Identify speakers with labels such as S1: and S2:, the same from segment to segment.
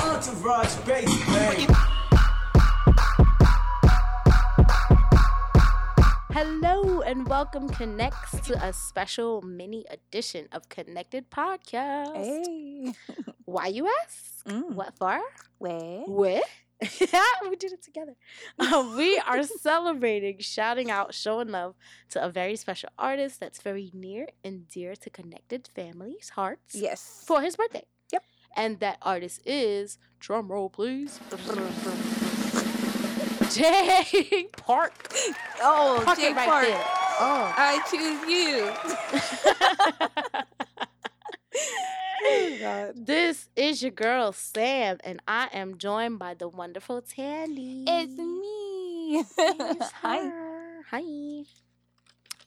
S1: entourage base, babe.
S2: Hello and welcome, Connects, to a special mini edition of Connected Podcast.
S3: Hey.
S2: Why you ask?
S3: Mm.
S2: What for?
S3: Where?
S2: Where? we did it together. Um, we are celebrating, shouting out, showing love to a very special artist that's very near and dear to Connected Families' hearts
S3: Yes.
S2: for his birthday.
S3: Yep.
S2: And that artist is, drum roll please, Jay Park.
S3: Oh,
S2: Park
S3: Jay
S2: it right
S3: Park.
S2: there. Oh.
S3: I choose you. Oh, God.
S2: this is your girl Sam, and I am joined by the wonderful Tandy.
S3: It's me.
S2: It's
S3: Hi.
S2: her. Hi.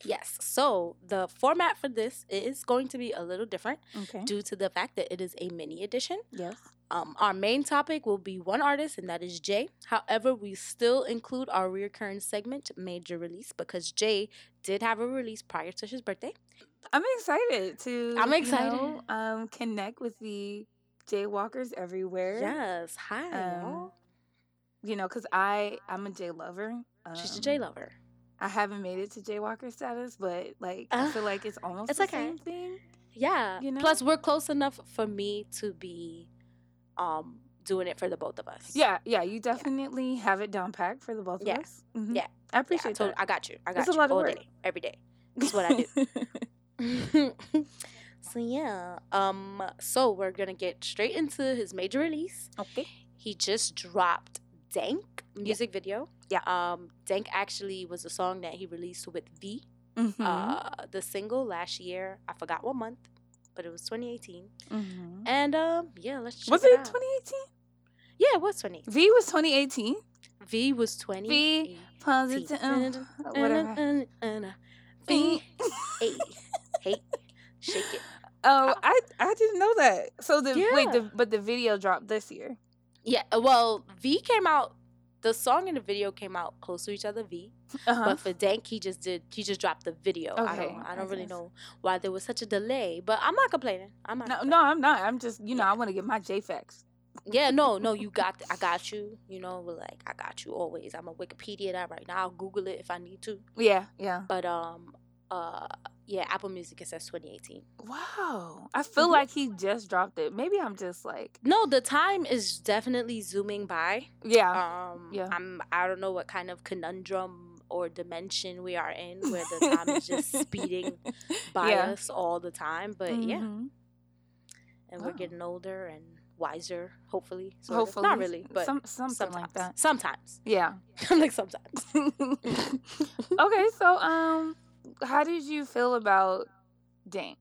S2: Yes, so the format for this is going to be a little different
S3: Okay.
S2: due to the fact that it is a mini edition.
S3: Yes.
S2: Um, our main topic will be one artist, and that is Jay. However, we still include our recurring segment, Major Release, because Jay did have a release prior to his birthday.
S3: I'm excited to
S2: I'm
S3: you
S2: excited.
S3: know, um connect with the jaywalkers everywhere.
S2: Yes, hi.
S3: Um,
S2: y'all.
S3: You know, cuz I I'm a J lover. Um,
S2: She's a J lover.
S3: I haven't made it to jaywalker status, but like I
S2: Uh,
S3: feel like it's almost
S2: it's
S3: the
S2: okay.
S3: same thing.
S2: Yeah.
S3: You know?
S2: Plus, we're close enough for me to be um doing it for the both of us.
S3: Yeah, yeah, you definitely have it down packed for the both
S2: Yeah.
S3: of us. Mhm.
S2: Yeah.
S3: I
S2: Yeah,
S3: appreciate
S2: I,
S3: that.
S2: tot- I got you. I got
S3: It's a
S2: you
S3: lot of
S2: all
S3: work.
S2: day, every day. That's what I do. so yeah. Um. So we're gonna get straight into his major release.
S3: okay.
S2: He just dropped Dank music video.
S3: Yeah.
S2: Um. Dank actually was a song that he released with V.
S3: Mm-hmm.
S2: Uh. The single last year. I forgot what month, but it was 2018.
S3: hmm
S2: And um. Yeah. Let's. Check
S3: Was
S2: it
S3: it
S2: out.
S3: 2018?
S2: Yeah. It was 2018.
S3: V was 2018.
S2: V was 20.
S3: V. Positive.
S2: Dun,
S3: Whatever.
S2: Uh, uh, uh, uh.
S3: Mm.
S2: V. Hey. Hey. Shake it.
S3: Oh, I I didn't know that. So the wait,
S2: Yeah.
S3: the, but the video dropped this year.
S2: Yeah. uh, Well, V came out. The song and the video came out close to each other. V.
S3: Uh-huh.
S2: But for Dank, he just did. He just dropped the video. I
S3: Okay,
S2: don't. I don't
S3: I
S2: really
S3: guess.
S2: know why there was such a delay. But I'm not complaining. I'm not.
S3: No,
S2: complaining.
S3: no, I'm not. I'm just you know I want to get my J facts.
S2: Yeah. No. No. You got. th- I got you. You know. We're like. I got you always. I'm a Wikipedia that right now. I'll Google it if I need to.
S3: Yeah, yeah.
S2: But um. Uh. Yeah. Apple Music. It says 2018.
S3: Wow, I feel
S2: Mhm.
S3: like he just dropped it. Maybe I'm just like
S2: No, the time is definitely zooming by.
S3: yeah.
S2: Um,
S3: Uh, yeah.
S2: I'm, I don't know what kind of conundrum or dimension we are in where the time is just speeding by
S3: Yeah.
S2: us all the time. But yeah,
S3: Mhm.
S2: and we're
S3: Wow.
S2: getting older and wiser, hopefully. sort of.
S3: Oh. hopefully
S2: Not really, but
S3: some something
S2: sometimes.
S3: like that.
S2: Sometimes.
S3: Yeah.
S2: I'm like, sometimes.
S3: okay, so um, how did you feel about Dank?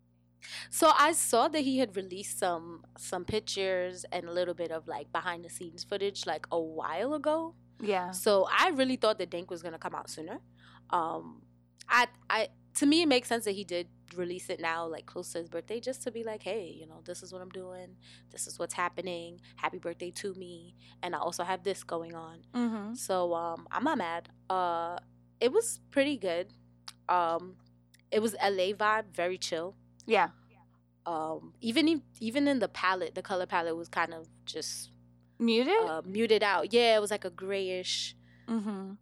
S2: So I saw that he had released some some pictures and a little bit of like behind the scenes footage like a while ago.
S3: Yeah.
S2: So I really thought that Dank was gonna come out sooner. Um, I, I, to me, it makes sense that he did release it now, like close to his birthday, just to be like, hey, you know, this is what I'm doing, this is what's happening, happy birthday to me, and I also have this going on.
S3: Mm-hmm.
S2: So um, I'm not mad. Uh, it was pretty good. Um, it was LA vibe, very chill.
S3: Yeah.
S2: Um, even in, even in the palette, the color palette was kind of just
S3: Muted.
S2: uh, muted out. Yeah, it was like a grayish.
S3: mm-hmm.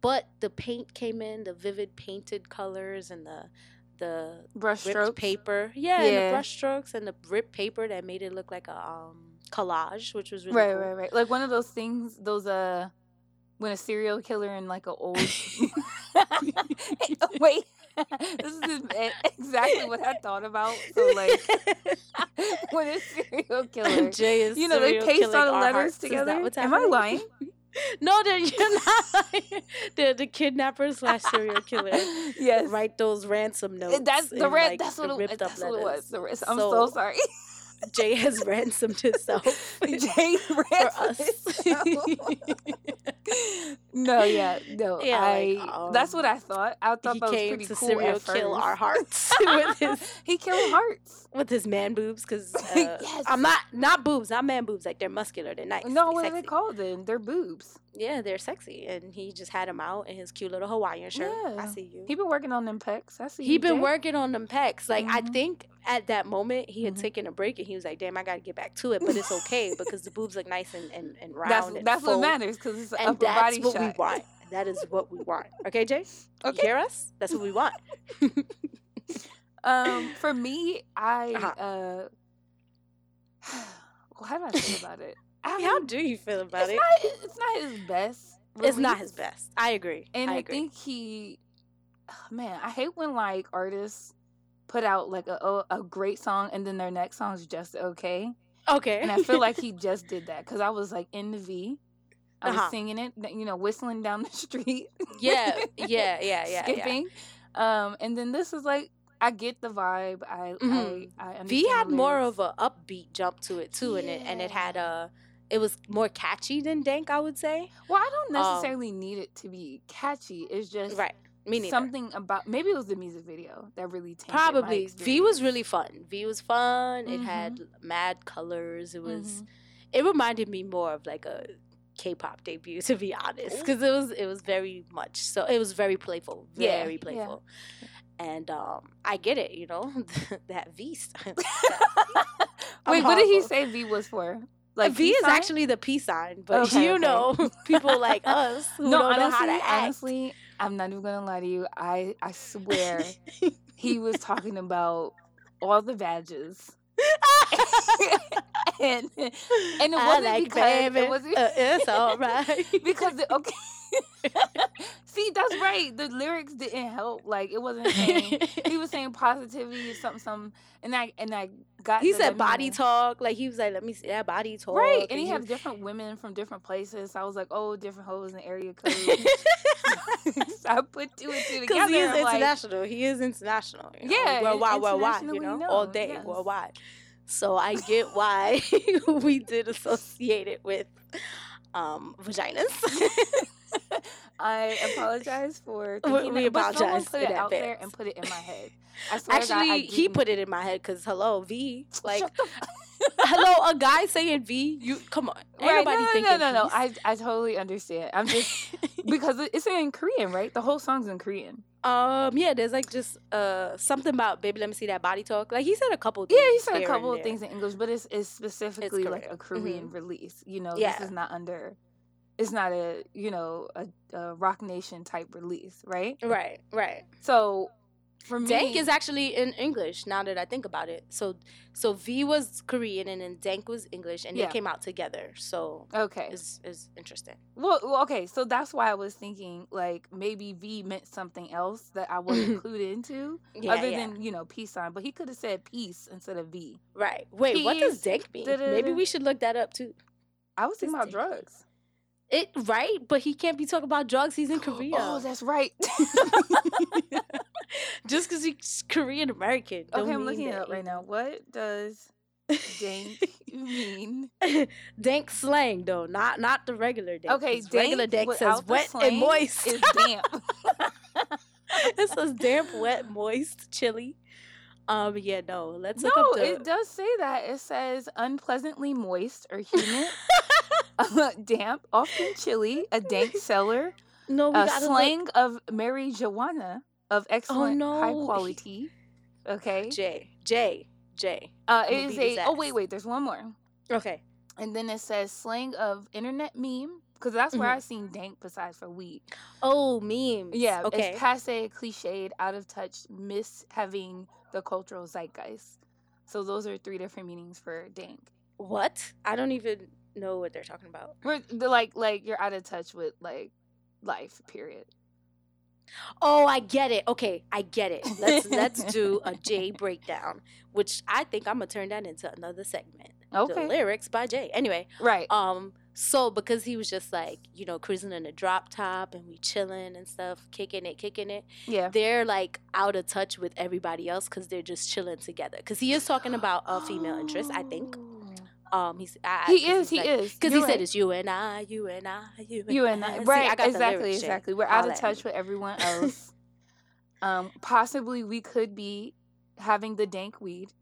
S2: but the paint came in the vivid painted colors and the the
S3: Brush
S2: ripped
S3: strokes.
S2: paper yeah, and the
S3: Yeah.
S2: brush strokes and the ripped paper that made it look like a um collage which was really
S3: right,
S2: cool.
S3: right, right. Like one of those things. Those uh, when a serial killer in like an old. Wait, this is e- exactly what I thought about. So like, when a serial killer.
S2: Jay is
S3: You know, they
S2: serial
S3: paste all
S2: killing
S3: the
S2: our
S3: letters
S2: hearts. Is that
S3: together?
S2: what's
S3: Am I
S2: happening?
S3: lying?
S2: no, they're, you're not lying. They're the kidnapper slash serial killer.
S3: yes.
S2: Write those ransom notes.
S3: That's the
S2: in,
S3: red.
S2: like,
S3: that's
S2: the
S3: what it,
S2: ripped up
S3: that's what it
S2: letters.
S3: was. The red- I'm
S2: So-
S3: so sorry.
S2: Jay has ransomed himself.
S3: Jay
S2: for
S3: ran
S2: us.
S3: no, yeah, no.
S2: Yeah,
S3: I
S2: like, um,
S3: that's what I thought. I thought
S2: he
S3: that was
S2: came
S3: pretty
S2: to
S3: cool.
S2: serial
S3: at
S2: kill
S3: first.
S2: our hearts with his
S3: he killed hearts.
S2: with his man boobs because uh,
S3: Yes.
S2: I'm not not boobs, not man boobs. Like they're muscular, they're nice.
S3: No,
S2: they're
S3: what are
S2: sexy.
S3: they called then? They're boobs.
S2: Yeah, they're sexy, and he just had him out in his cute little Hawaiian shirt. I
S3: Yeah.
S2: see you.
S3: He been working on them pecs. I see.
S2: he
S3: you,
S2: been
S3: Jay.
S2: working on them pecs. Like I
S3: Mhm.
S2: think at that moment he had
S3: Mhm.
S2: taken a break and he was like, "Damn, I got to get back to it." But it's okay because the boobs look nice and and, and round.
S3: That's
S2: and
S3: that's
S2: full,
S3: what matters because it's an
S2: And
S3: upper
S2: that's
S3: body
S2: what we
S3: shot.
S2: want. That is what we want. Okay, Jay. You
S3: Okay.
S2: hear us? That's what we want.
S3: Um, for me, I
S2: Uh-huh.
S3: uh, well, how do I feel about it? I
S2: How
S3: mean,
S2: do you feel about
S3: it's
S2: it?
S3: not it's not his best.
S2: it's not his
S3: release.
S2: best. I agree.
S3: And
S2: I
S3: I,
S2: agree.
S3: think he, ah, man, I hate when like artists put out like a oh, a great song and then their next song's just okay.
S2: okay.
S3: And I feel like he just did that because I was like in the V, I was
S2: Uh-huh.
S3: singing it, you know, whistling down the street,
S2: yeah, yeah, yeah, yeah. yeah.
S3: skipping. Um, and then this is like I get the vibe. I
S2: Mhm.
S3: I, I understand
S2: V had
S3: the
S2: more
S3: lyrics.
S2: of a upbeat jump to it too, and it and it had
S3: Yeah.
S2: a it was more catchy than Dank, I would say.
S3: Well, I don't
S2: um,
S3: necessarily need it to be catchy. It's just
S2: Right. Me neither.
S3: something about maybe it was the music video that really tainted my
S2: Probably V was
S3: experience.
S2: really fun. V was fun. It
S3: Mhm.
S2: had mad colors. It was
S3: Mhm.
S2: it reminded me more of like a K-pop debut to be honest, because it was it was very much so it was very playful,
S3: Yeah,
S2: very
S3: yeah.
S2: playful, and um I get it, you know that V. st- I'm
S3: Wait, what did he
S2: horrible.
S3: say V was for?
S2: V
S3: peace
S2: is
S3: sign?
S2: actually the peace sign, but
S3: Okay,
S2: you
S3: okay.
S2: know people like us who
S3: no.
S2: don't
S3: honestly,
S2: know how to act.
S3: honestly, I'm not even gonna lie to you. I I swear he was talking about all the badges, and and it
S2: I
S3: wasn't
S2: like
S3: because
S2: baby.
S3: it wasn't
S2: uh, it's all right.
S3: because the, okay. See, that's right. The lyrics didn't help. Like it wasn't saying he was saying positivity or something, something, and I and I got.
S2: he
S3: the
S2: said body
S3: meaning.
S2: talk. Like he was like, let me see that body talk.
S3: Right, and he
S2: was-
S3: had different women from different places. So I was like, oh, different hoes in the area code. so I put two and two
S2: Because
S3: together.
S2: he is
S3: I'm like,
S2: international. he is international. You know?
S3: Yeah,
S2: Worldwide,
S3: and
S2: worldwide, you know?
S3: internationally
S2: All
S3: known,
S2: day,
S3: yes.
S2: worldwide. So I get why we did associate it with um, vaginas.
S3: I apologize for.
S2: We-
S3: thinking
S2: we
S3: that- but someone
S2: apologize
S3: put
S2: in
S3: it out there
S2: advance.
S3: and put it in my head. I swear to God, I
S2: Actually, he
S3: didn't-
S2: put it in my head because hello, V. Like,
S3: Shut the
S2: hello, a guy saying V. You come on. Ain't
S3: Right,
S2: nobody
S3: no, no,
S2: thinking
S3: no, no, no.
S2: peace.
S3: I, I totally understand. I'm just because it- it's in Korean, right? The whole song's in Korean.
S2: Um, yeah, there's like just uh something about baby. Let me see that body talk. Like he said a couple.
S3: Yeah, he
S2: things
S3: said a
S2: here and
S3: couple of
S2: there.
S3: things in English, but it's it's specifically like
S2: Korean. Mm-hmm.
S3: a Korean release. You know,
S2: Yeah.
S3: this is not under. It's not a you know a, a Rock Nation type release, right?
S2: Right, right.
S3: So for me,
S2: Dank is actually in English. Now that I think about it, so so V was Korean and then Dank was English, and
S3: Yeah.
S2: they came out together. So
S3: okay.
S2: it's is interesting.
S3: Well, well, okay, so that's why I was thinking like maybe V meant something else that I wasn't clued into,
S2: Yeah,
S3: other
S2: yeah.
S3: than you know peace sign. But he could have said peace instead of V.
S2: right. Wait, what does
S3: Peace,
S2: Dank mean?
S3: da-da-da.
S2: Maybe we should look that up too.
S3: I was thinking
S2: Just
S3: about
S2: didn't.
S3: drugs.
S2: It right, but he can't be talking about drugs. He's in Korea.
S3: Oh, that's right.
S2: Just because he's Korean American.
S3: okay, I'm looking it up right now. What does dank mean?
S2: dank slang though, not not the regular dank.
S3: Okay,
S2: 'cause regular dank says
S3: without the
S2: wet and
S3: slang
S2: moist.
S3: is damp.
S2: it says damp, wet, moist, chilly. Um, yeah, no. Let's look
S3: no,
S2: up the.
S3: it does say that. It says unpleasantly moist or humid, damp, often chilly, a dank cellar,
S2: no, we
S3: a
S2: gotta
S3: slang of Mary Joanna of excellent high
S2: Oh, no.
S3: quality. Okay,
S2: look. J J J.
S3: uh,
S2: I'ma
S3: it is
S2: beat his
S3: a. Oh
S2: ass.
S3: wait, wait. There's one more.
S2: Okay.
S3: And then it says slang of internet meme because that's where
S2: Mm-hmm.
S3: I've seen dank besides for weed.
S2: Oh, memes.
S3: Yeah,
S2: Okay.
S3: it's passe, cliched, out of touch, miss having the cultural zeitgeist. So those are three different meanings for dank.
S2: what? I don't even know what they're talking about.
S3: Where the like like you're out of touch with like life. Period.
S2: Oh, I get it. Okay, I get it. Let's let's do a J breakdown, which I think I'm gonna turn that into another segment. The
S3: Okay,
S2: lyrics by Jay. Anyway,
S3: right.
S2: um, so because he was just like you know cruising in a drop top and we chilling and stuff, kicking it, kicking it.
S3: yeah.
S2: They're like out of touch with everybody else because they're just chilling together. Because he is talking about a female interest, I think. Um, he's I,
S3: he is. He
S2: like,
S3: is.
S2: Because
S3: You're
S2: he said
S3: right.
S2: it's you and I, you and I, you and
S3: You and I,
S2: See,
S3: right?
S2: I got the
S3: exactly,
S2: lyrics shit,
S3: exactly. We're
S2: all
S3: out of
S2: that.
S3: touch with everyone else. um, possibly we could be having the dank weed.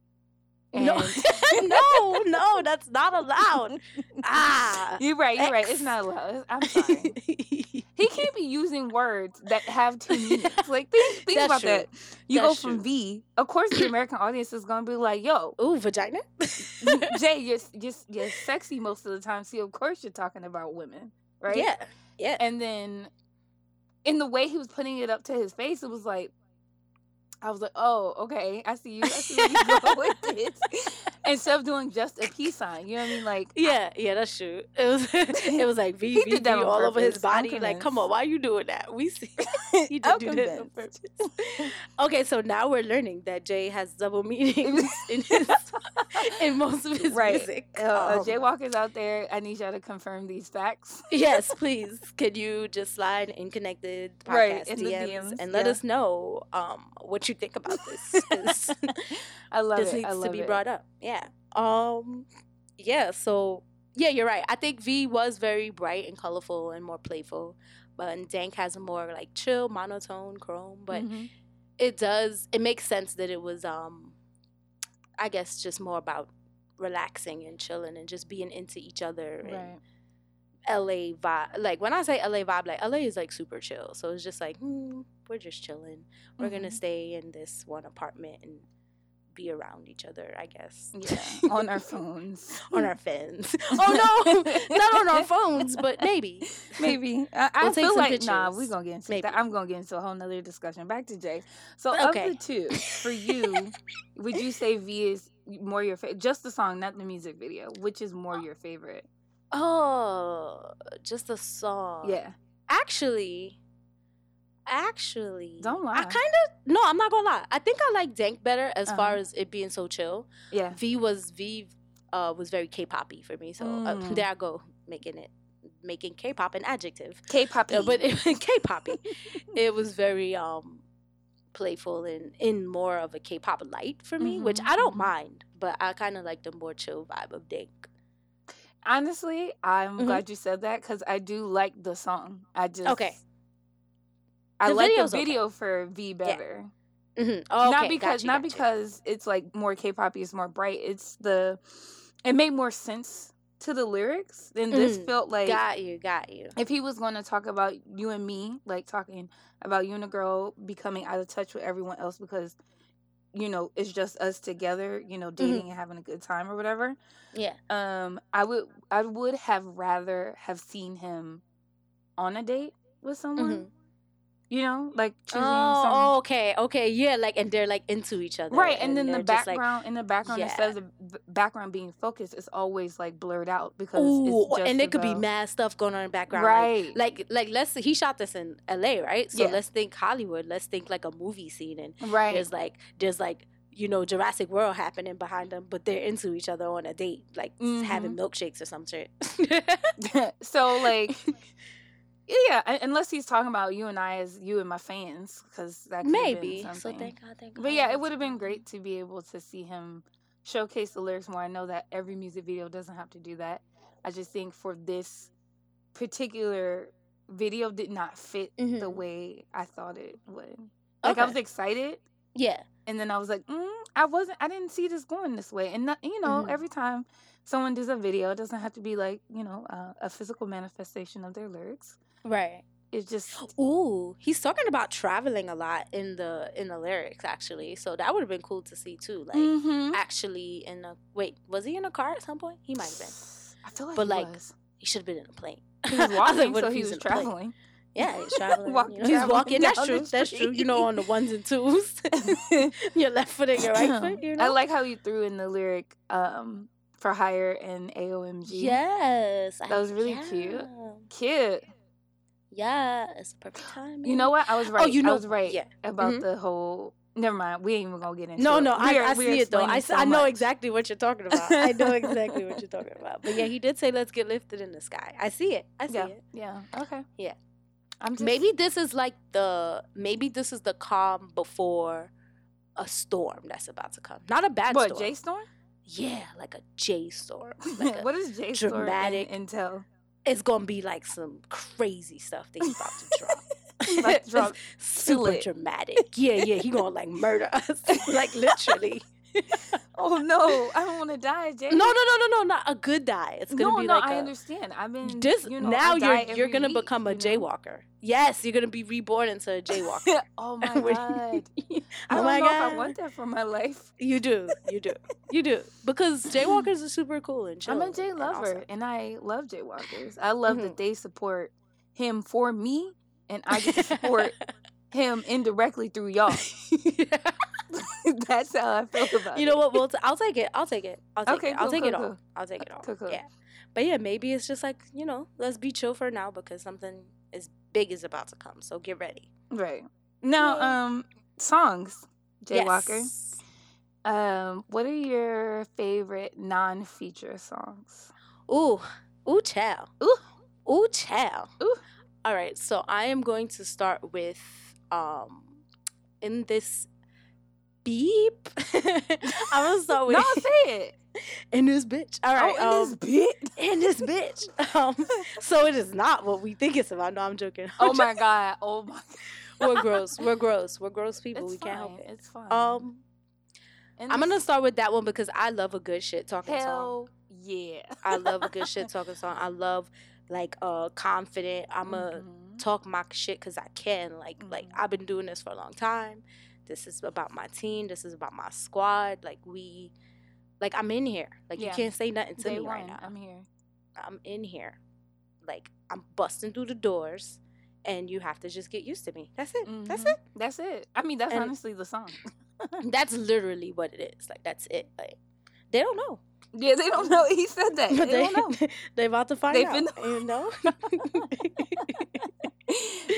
S2: No,
S3: and-
S2: no, no, that's not allowed. Ah,
S3: You're right. You're right. It's
S2: X.
S3: not allowed. I'm sorry. He can't be using words that have two meanings. Like think, think
S2: That's
S3: about
S2: true.
S3: that. You
S2: That's
S3: go from
S2: true.
S3: V. Of course, the American audience is gonna be like, "Yo,
S2: Ooh, vagina.
S3: Jay, you're you're, you're sexy most of the time. See, of course, you're talking about women, right?
S2: Yeah, yeah.
S3: And then, in the way he was putting it up to his face, it was like, I was like, "Oh, okay, I see you. I see where you go with this." Instead of doing just a peace sign, you know what I mean? Like,
S2: Yeah, yeah, that's true. It was it was like V
S3: He
S2: V
S3: did that
S2: V
S3: on
S2: all over his
S3: purpose. I'm
S2: body. Like, come
S3: convinced.
S2: on, why you doing that? We see he did
S3: I'm
S2: do that on
S3: convinced.
S2: purpose. Okay, so now we're learning that Jay has double meanings in his in most of his
S3: Right.
S2: music.
S3: uh, uh,
S2: Um,
S3: Jaywalkers out there, I need y'all to confirm these facts.
S2: yes, please. Could you just slide in connected podcast
S3: Right, in the
S2: DMs,
S3: DMs,
S2: and let
S3: yeah.
S2: us know um, what you think about this? 'cause
S3: I love
S2: this
S3: it.
S2: needs
S3: I love
S2: to be
S3: it.
S2: brought up. Yeah. Um. Yeah. So yeah, you're right. I think V was very bright and colorful and more playful, but and Dank has a more like chill, monotone, chrome. But
S3: Mhm.
S2: it does. It makes sense that it was um, I guess just more about relaxing and chilling and just being into each other and
S3: right.
S2: LA vibe. Like when I say LA vibe, like LA is like super chill. So it's just like, hmm, we're just chilling. We're gonna
S3: Mhm.
S2: stay in this one apartment and be around each other, I guess.
S3: Yeah, on our phones.
S2: on our phones. oh no, not on our phones, but maybe.
S3: Maybe. I, I
S2: We'll take
S3: feel
S2: some
S3: like nah, we're
S2: pictures.
S3: gonna get into
S2: Maybe.
S3: that. I'm gonna get into a whole nother discussion. Back to Jay. So
S2: Okay.
S3: of the two, for you, would you say V is more your favorite? Just the song, not the music video. Which is more your favorite?
S2: Oh, just a song.
S3: yeah.
S2: Actually, actually,
S3: Don't
S2: I
S3: lie.
S2: kind of no. I'm not gonna lie. I think I like Dank better as far
S3: Uh-huh.
S2: as it being so chill.
S3: Yeah.
S2: V was V uh, was very K-poppy for me. So uh,
S3: Mm.
S2: there I go making it making K-pop an adjective.
S3: K-pop.
S2: Uh, but it, K-poppy, it was very um playful and in more of a K-pop light for me, which
S3: Mhm,
S2: I don't
S3: mhm.
S2: mind. But I kind of like the more chill vibe of Dank.
S3: honestly, I'm
S2: Mhm.
S3: glad you said that because I do like the song. I just
S2: Okay.
S3: I
S2: The
S3: like the
S2: video's okay.
S3: video for V better.
S2: hmm Oh,
S3: not
S2: okay,
S3: because
S2: gotcha,
S3: not
S2: gotcha.
S3: because it's like more K-poppy, it's more bright. It's the it made more sense to the lyrics. And this
S2: Mm,
S3: felt like
S2: got you, got you.
S3: if he was going to talk about you and me, like talking about you and a girl becoming out of touch with everyone else because you know it's just us together, you know,
S2: Mm-hmm.
S3: dating and having a good time or whatever.
S2: Yeah.
S3: Um, I would I would have rather have seen him on a date with someone.
S2: Mhm.
S3: You know, like choosing some
S2: Oh, okay, okay, yeah. Like, and they're like into each other,
S3: right and, then the
S2: they're just, like,
S3: background in the background
S2: yeah.
S3: instead of the b- background being focused it's always like blurred out because
S2: Ooh,
S3: it's just
S2: and there could be
S3: about-
S2: mad stuff going on in the background. like-
S3: right
S2: Like, like, let's he shot this in L.A. right? So
S3: Yeah.
S2: let's think Hollywood. Let's think like a movie scene, and
S3: right
S2: there's like there's like you know Jurassic World happening behind them, but they're into each other on a date, like s-
S3: Mm-hmm.
S2: having milkshakes or some shit.
S3: so like yeah un- unless he's talking about you and i as you and my fans because that could
S2: maybe.
S3: been
S2: So
S3: something.
S2: thank God, thank God.
S3: but yeah it would have been great to be able to see him showcase the lyrics more i know that every music video doesn't have to do that i just think for this particular video did not fit the
S2: Mhm.
S3: way i thought it would like i
S2: Okay.
S3: was excited
S2: Yeah,
S3: and then I was like, mm, I wasn't, I didn't see this going this way. And not, you know,
S2: Mhm.
S3: every time someone does a video, it doesn't have to be like you know uh, a physical manifestation of their lyrics.
S2: right.
S3: It's just
S2: Ooh, he's talking about traveling a lot in the in the lyrics actually. So that would have been cool to see too. Like
S3: Mhm.
S2: actually in a wait, was he in a car at some point? He might have been.
S3: I feel like,
S2: But,
S3: he
S2: like,
S3: was.
S2: He should have been in a plane.
S3: He was
S2: I like,
S3: walking,
S2: what
S3: so
S2: if
S3: he
S2: he's
S3: was
S2: in a plane?
S3: traveling.
S2: Yeah, he's traveling.
S3: Walk-
S2: you know, he's
S3: traveling
S2: walking. That's
S3: down the
S2: true. That's true. You know,
S3: street.
S2: on the ones and twos, your left foot and your right foot. You know.
S3: I like how you threw in the lyric um, for hire and AOMG.
S2: Yes, I-
S3: That was really cute.
S2: yeah.
S3: Cute.
S2: Yeah, it's the perfect time.
S3: You know what? I was right.
S2: Oh, you know-
S3: I was right
S2: yeah.
S3: about
S2: Mhm.
S3: the whole. Never mind. We ain't even gonna get into
S2: No,
S3: it.
S2: no, I,
S3: We are-
S2: I
S3: we are
S2: see it though. I,
S3: explaining
S2: s-
S3: so
S2: I know
S3: much.
S2: exactly what you're talking about. I know exactly what you're talking about. But yeah, he did say, "Let's get lifted in the sky." I see it. I see
S3: yeah.
S2: it.
S3: Yeah. Okay.
S2: Yeah.
S3: I'm just,
S2: Maybe this is like the maybe this is the calm before a storm that's about to come. Not a bad
S3: what
S2: storm.
S3: J Storm?
S2: yeah, like a J store. Like a,
S3: what is J Store
S2: dramatic-
S3: Intel?
S2: it's gonna be like some crazy stuff that he's about to drop.
S3: Like, drop-
S2: It's super
S3: Slit.
S2: dramatic. Yeah, yeah, he gonna like murder us, like literally.
S3: oh no, I don't want to die, Jay.
S2: No, no, no, no, no, not a good die. It's gonna
S3: no,
S2: be
S3: no,
S2: like
S3: I
S2: a-
S3: understand. I've been
S2: this.
S3: Mm, you know,
S2: now
S3: I
S2: you're
S3: die
S2: you're
S3: every
S2: gonna
S3: week,
S2: become a
S3: you know?
S2: jaywalker. Yes, you're gonna be reborn into a jaywalker.
S3: oh my god. I
S2: Oh
S3: don't
S2: my
S3: know if I
S2: God.
S3: want that for my life.
S2: You do, you do, you do. Because jaywalkers are super cool and chill.
S3: I'm a Jay
S2: and
S3: lover,
S2: awesome.
S3: and I love Jay Walkers. I love that
S2: Mhm.
S3: they support him for me, and I get to support him indirectly through y'all. That's how I feel about
S2: You
S3: it.
S2: know what? Well, t- I'll take it. I'll take it. I'll take
S3: Okay,
S2: it. I'll
S3: cool,
S2: take
S3: cool,
S2: it all.
S3: cool.
S2: I'll take it all.
S3: Cool, cool.
S2: Yeah. But yeah, maybe it's just like you know, let's be chill for now because something as big is about to come. So get ready.
S3: right now,
S2: Yeah.
S3: um, songs. Jay Walker.
S2: Yes.
S3: Um, what are your favorite non-feature songs?
S2: Ooh, ooh, child.
S3: Ooh.
S2: ooh, child.
S3: Ooh.
S2: All right, so I am going to start with um, in this beep. I'm gonna start with
S3: No, say it.
S2: in this bitch. All right,
S3: oh, in
S2: um,
S3: this bit.
S2: in this bitch. Um, so it is not what we think it's about. No, I'm joking.
S3: Oh my god. Oh my.
S2: we're gross. We're gross. We're gross people.
S3: It's
S2: we
S3: fine.
S2: can't help it.
S3: It's fine.
S2: Um,
S3: In
S2: I'm
S3: this-
S2: gonna start with that one because I love a good shit talking song.
S3: Hell yeah.
S2: I love a good shit talking song. I love like uh confident. I'm a
S3: Mhm.
S2: talk my shit because I can. Like like
S3: Mhm.
S2: I've been doing this for a long time. This is about my team. This is about my squad. Like we, like I'm in here. Like you
S3: Yeah.
S2: can't say nothing to
S3: Day
S2: me
S3: one,
S2: right now.
S3: I'm here.
S2: I'm in here. Like I'm busting through the doors, and you have to just get used to me. That's it. That's
S3: Mhm.
S2: it.
S3: That's it. I mean, that's
S2: And-
S3: honestly the song. Mm-hmm.
S2: That's literally what it is. Like that's it. Like they don't know.
S3: Yeah, they don't know. He said that. They,
S2: But
S3: don't know.
S2: they about to find
S3: They
S2: out.
S3: finna-
S2: You know.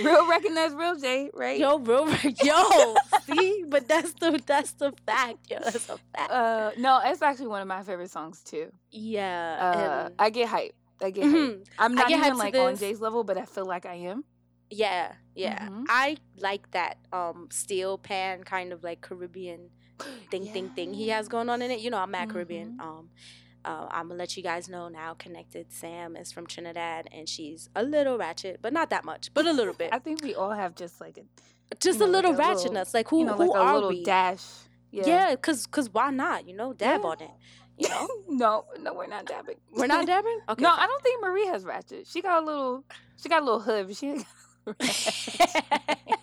S3: real recognize real Jay, right?
S2: Yo, real, yo, see, but that's the that's the fact, yo, that's a fact.
S3: Uh, no, it's actually one of my favorite songs too.
S2: yeah,
S3: Uh, I get hype. I get.
S2: and-
S3: Hype.
S2: mhm,
S3: I'm
S2: Um, I
S3: not
S2: get hyped
S3: even
S2: to
S3: like on
S2: this.
S3: Jay's level, but I feel like I am.
S2: yeah, yeah.
S3: Mhm.
S2: I like that um steel pan kind of like Caribbean thing, thing, thing he has going on in it. You know, I'm mad Caribbean.
S3: Mm-hmm.
S2: Um, uh, I'm gonna let you guys know now. Connected, Sam is from Trinidad, and she's a little ratchet, but not that much, but a little bit,
S3: I think we all have just like a,
S2: just
S3: you
S2: a
S3: know, like
S2: little
S3: a little-
S2: ratchetness. Like who,
S3: you know,
S2: who
S3: like a
S2: are
S3: little
S2: we?
S3: dash. Yeah.
S2: Yeah, cause, cause why not? You know, dab
S3: Yeah.
S2: on it. You know,
S3: no, no, we're not dabbing.
S2: we're not dabbing. Okay,
S3: no, I don't think Marie has ratchet. She got a little. She got a little hood. But she. ain't got ratchet.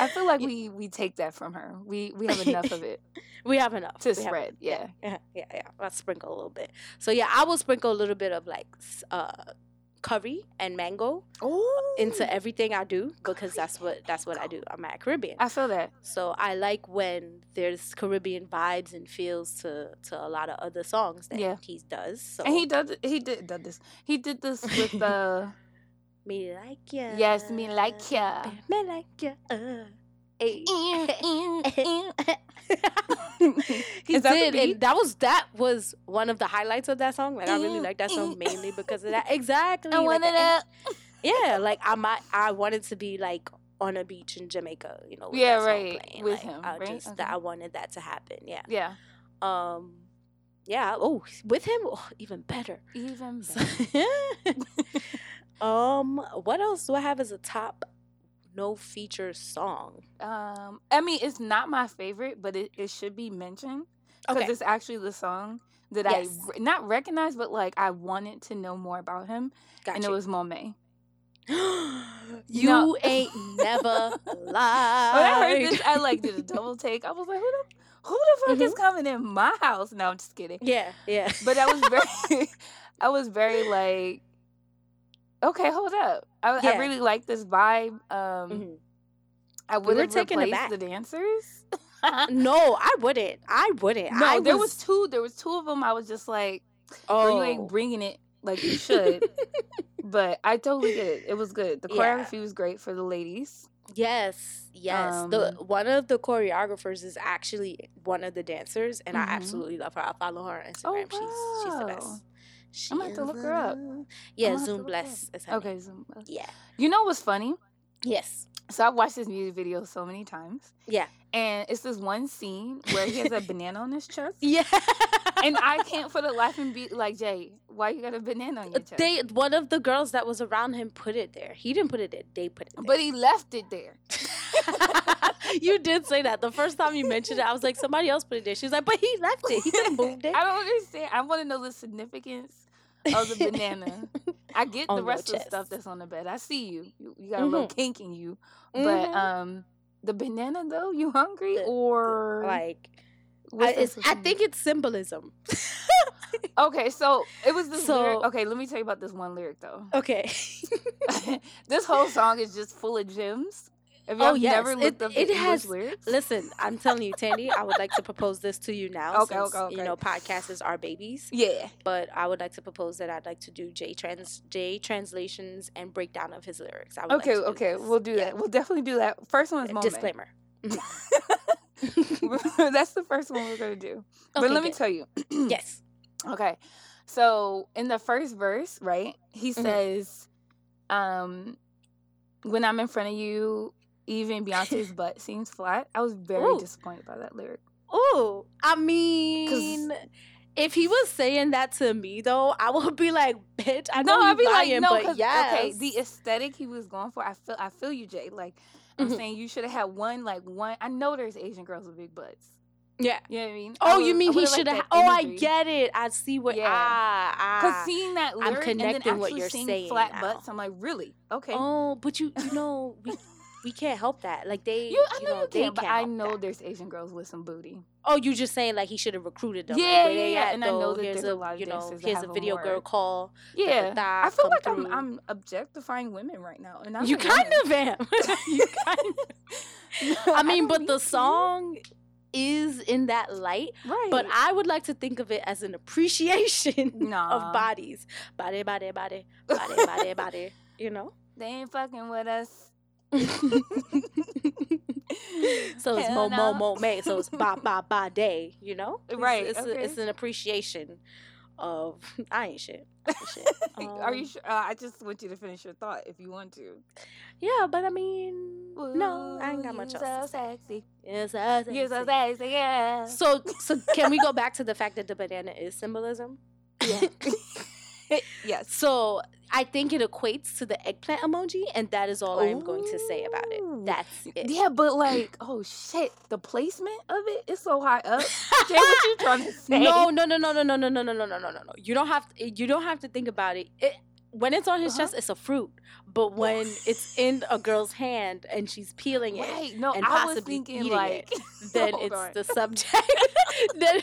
S3: I feel like we we take that from her. We we have enough of it
S2: we have enough
S3: to
S2: We have
S3: spread. Yeah.
S2: yeah, yeah, yeah. I'll sprinkle a little bit. So yeah, I will sprinkle a little bit of like s- uh, curry and mango
S3: Oh.
S2: into e everything I do because
S3: Curry Uh.
S2: that's what that's what I do. I'm at Caribbean,
S3: I feel that.
S2: so I like when there's Caribbean vibes and feels to to a lot of other songs that
S3: Yeah.
S2: he does. So
S3: And he does. He did done this. He did this with the
S2: me like ya,
S3: yes, me like ya. Eh.
S2: me like ya. Uh, hey. he
S3: Is that the
S2: did,
S3: beat? Eh.
S2: and that was that was one of the highlights of that song. Like I really like that song mainly because of that. Exactly,
S3: I
S2: like
S3: want
S2: the
S3: it up.
S2: yeah, like I might, I wanted to be like on a beach in Jamaica, you know. With
S3: Yeah,
S2: that song
S3: right,
S2: playing.
S3: with
S2: Like,
S3: him,
S2: I
S3: right?
S2: just
S3: Okay.
S2: that I wanted that to happen. Yeah.
S3: Yeah.
S2: Um. Yeah. Oh, with him, oh, even better.
S3: Even
S2: So-
S3: better.
S2: um. What else do I have as a top no feature song?
S3: um, I mean, it's not my favorite, but it, it should be mentioned because
S2: Okay.
S3: it's actually the song that
S2: Yes.
S3: I re- not recognize, but like I wanted to know more about him, and
S2: Gotcha.
S3: it was Monet.
S2: you
S3: No.
S2: ain't never lied.
S3: When Oh, I heard this, I like did a double take. I was like, who the who the fuck is coming in my house? No, I'm just kidding.
S2: Yeah. Yeah.
S3: But I was very, I was very like, okay, hold up. I,
S2: Yeah.
S3: I really like this vibe. Um,
S2: Mhm.
S3: I would have
S2: taken
S3: replaced the
S2: aback.
S3: dancers.
S2: No, I wouldn't. I wouldn't.
S3: no,
S2: I
S3: there was two. There was two of them. I was just like,
S2: Oh,
S3: "Bro, you ain't bringing it like you should. but I totally get it. It was good. The
S2: Yeah.
S3: choreography was great for the ladies.
S2: Yes, yes. the
S3: Um,
S2: one of the choreographers is actually one of the dancers, and
S3: Mhm.
S2: I absolutely love her. I follow her on Instagram. She's she's the best.
S3: Oh, wow.
S2: She
S3: I'ma have to
S2: is
S3: look her up.
S2: the- Yeah,
S3: I'ma have to
S2: Zoom
S3: look her up.
S2: Bless is her name.
S3: Okay, Zumba.
S2: Yeah.
S3: You know what's funny?
S2: Yes.
S3: So I've watched this music video so many times.
S2: Yeah.
S3: And it's this one scene where he has a banana on his chest.
S2: Yeah.
S3: and I can't for the life and be like Jay, why you got a banana on your chest?
S2: They one of the girls that was around him put it there. He didn't put it there. They put it there.
S3: but he left it there.
S2: you did say that the first time you mentioned it. I was like, somebody else put it there. She was like, but he left it. He didn't move it.
S3: I don't understand. I want to know the significance of the banana. I get
S2: On
S3: the
S2: your
S3: rest of the
S2: chest. Mm-hmm.
S3: stuff that's on the bed. I see you. You, you got a little kink in you, but
S2: Mhm.
S3: um, the banana though. You hungry
S2: The- the-
S3: or
S2: like I,
S3: what's
S2: it's,
S3: that
S2: I
S3: supposed to
S2: think it's symbolism.
S3: mean? Okay, so it was this. lyric.
S2: So-
S3: Okay, let me tell you about this one lyric though.
S2: okay.
S3: this whole song is just full of gems. If
S2: Oh,
S3: y'all
S2: yes.
S3: never
S2: It-
S3: looked up the
S2: it
S3: English
S2: has-
S3: lyrics,
S2: Listen, I'm telling you, Tandy, I would like to propose this to you now.
S3: Okay,
S2: since,
S3: okay,
S2: You
S3: okay.
S2: know, podcasts is our babies,
S3: yeah,
S2: but I would like to propose that I'd like to do J trans J translations and breakdown of his lyrics. I would like
S3: okay,
S2: to do
S3: okay,
S2: this.
S3: we'll do
S2: Yeah.
S3: that. We'll definitely do that. First one is moment.
S2: Disclaimer.
S3: That's the first one we're gonna do. but
S2: Okay,
S3: let me
S2: good.
S3: tell you.
S2: Yes.
S3: Okay. So in the first verse, right, he
S2: Mhm.
S3: says, um, when I'm in front of you, even Beyonce's butt seems flat. I was very
S2: Ooh.
S3: disappointed by that lyric.
S2: Oh, I mean, if he was saying that to me though, I would be like, bitch. I know
S3: no,
S2: you
S3: I'd be
S2: lying,
S3: like, no,
S2: but
S3: 'cause-
S2: yes.
S3: okay, the aesthetic he was going for, I feel, I feel you, Jay. Like I'm
S2: Mhm.
S3: saying, you should have had one, like one. I know there's Asian girls with big butts.
S2: yeah.
S3: You know what I mean? I
S2: Oh, you
S3: would- I
S2: mean he
S3: would've liked
S2: should have?
S3: that
S2: Oh, I
S3: imagery.
S2: get it. I see what.
S3: Yeah.
S2: Ah, ah.
S3: Cause seeing that lyric and
S2: connecting
S3: then
S2: what
S3: actually
S2: you're
S3: seeing
S2: saying
S3: flat
S2: now.
S3: butts, I'm like, really? Okay.
S2: Oh, but you, you know, we, we can't help that. Like they,
S3: you, I know, you
S2: they
S3: can, but I
S2: help
S3: know
S2: that.
S3: there's Asian girls with some booty.
S2: Oh, you just saying like he should have recruited them. like,
S3: Yeah,
S2: where they
S3: yeah, yeah,
S2: at,
S3: and I know
S2: though,
S3: that
S2: here's
S3: there's a lot of
S2: you know,
S3: dancers that
S2: here's
S3: have
S2: a
S3: a
S2: video girl
S3: more-
S2: call.
S3: Yeah,
S2: thigh
S3: I feel
S2: come
S3: like
S2: through.
S3: I'm I'm objectifying women right now, and I'm
S2: You
S3: a
S2: kind
S3: woman.
S2: of am. you kind. I mean,
S3: don't
S2: but
S3: need
S2: the
S3: to.
S2: song is in that light.
S3: right?
S2: But I would like to think of it as an appreciation
S3: Nah.
S2: of bodies, body, body, body, body, body, body. You know.
S3: they ain't fucking with us.
S2: So it's mo
S3: Hell
S2: mo
S3: no.
S2: mo may. So it's ba ba ba day. You know, It's-
S3: Right,
S2: It's, a-
S3: okay.
S2: it's an appreciation of I ain't shit. I ain't shit.
S3: Are you
S2: Um,
S3: sure? Uh, I just want you to finish your thought if you want to.
S2: Yeah, but I mean, no, I ain't
S3: Ooh,
S2: got much
S3: you
S2: else.
S3: So
S2: to say.
S3: sexy.
S2: Yes, I
S3: You so
S2: think
S3: sexy. Yeah.
S2: So, so can we go back to the fact that the banana is symbolism?
S3: yeah. yes.
S2: So I think it equates to the eggplant emoji, and that is all I am going to say about it.
S3: Ooh.
S2: That's it.
S3: Yeah, but like, oh shit, the placement of it is so high up. Jay, what you trying to say?
S2: No, no, no, no, no, no, no, no, no, no, no, no, no. You don't have to. You don't have to think about it. it when it's on his
S3: Uh-huh.
S2: chest, it's a fruit. But when it's in a girl's hand and she's peeling it,
S3: Right. No,
S2: and
S3: I was
S2: possibly
S3: thinking
S2: eating
S3: like
S2: it. then
S3: hold
S2: it's
S3: on.
S2: the subject. then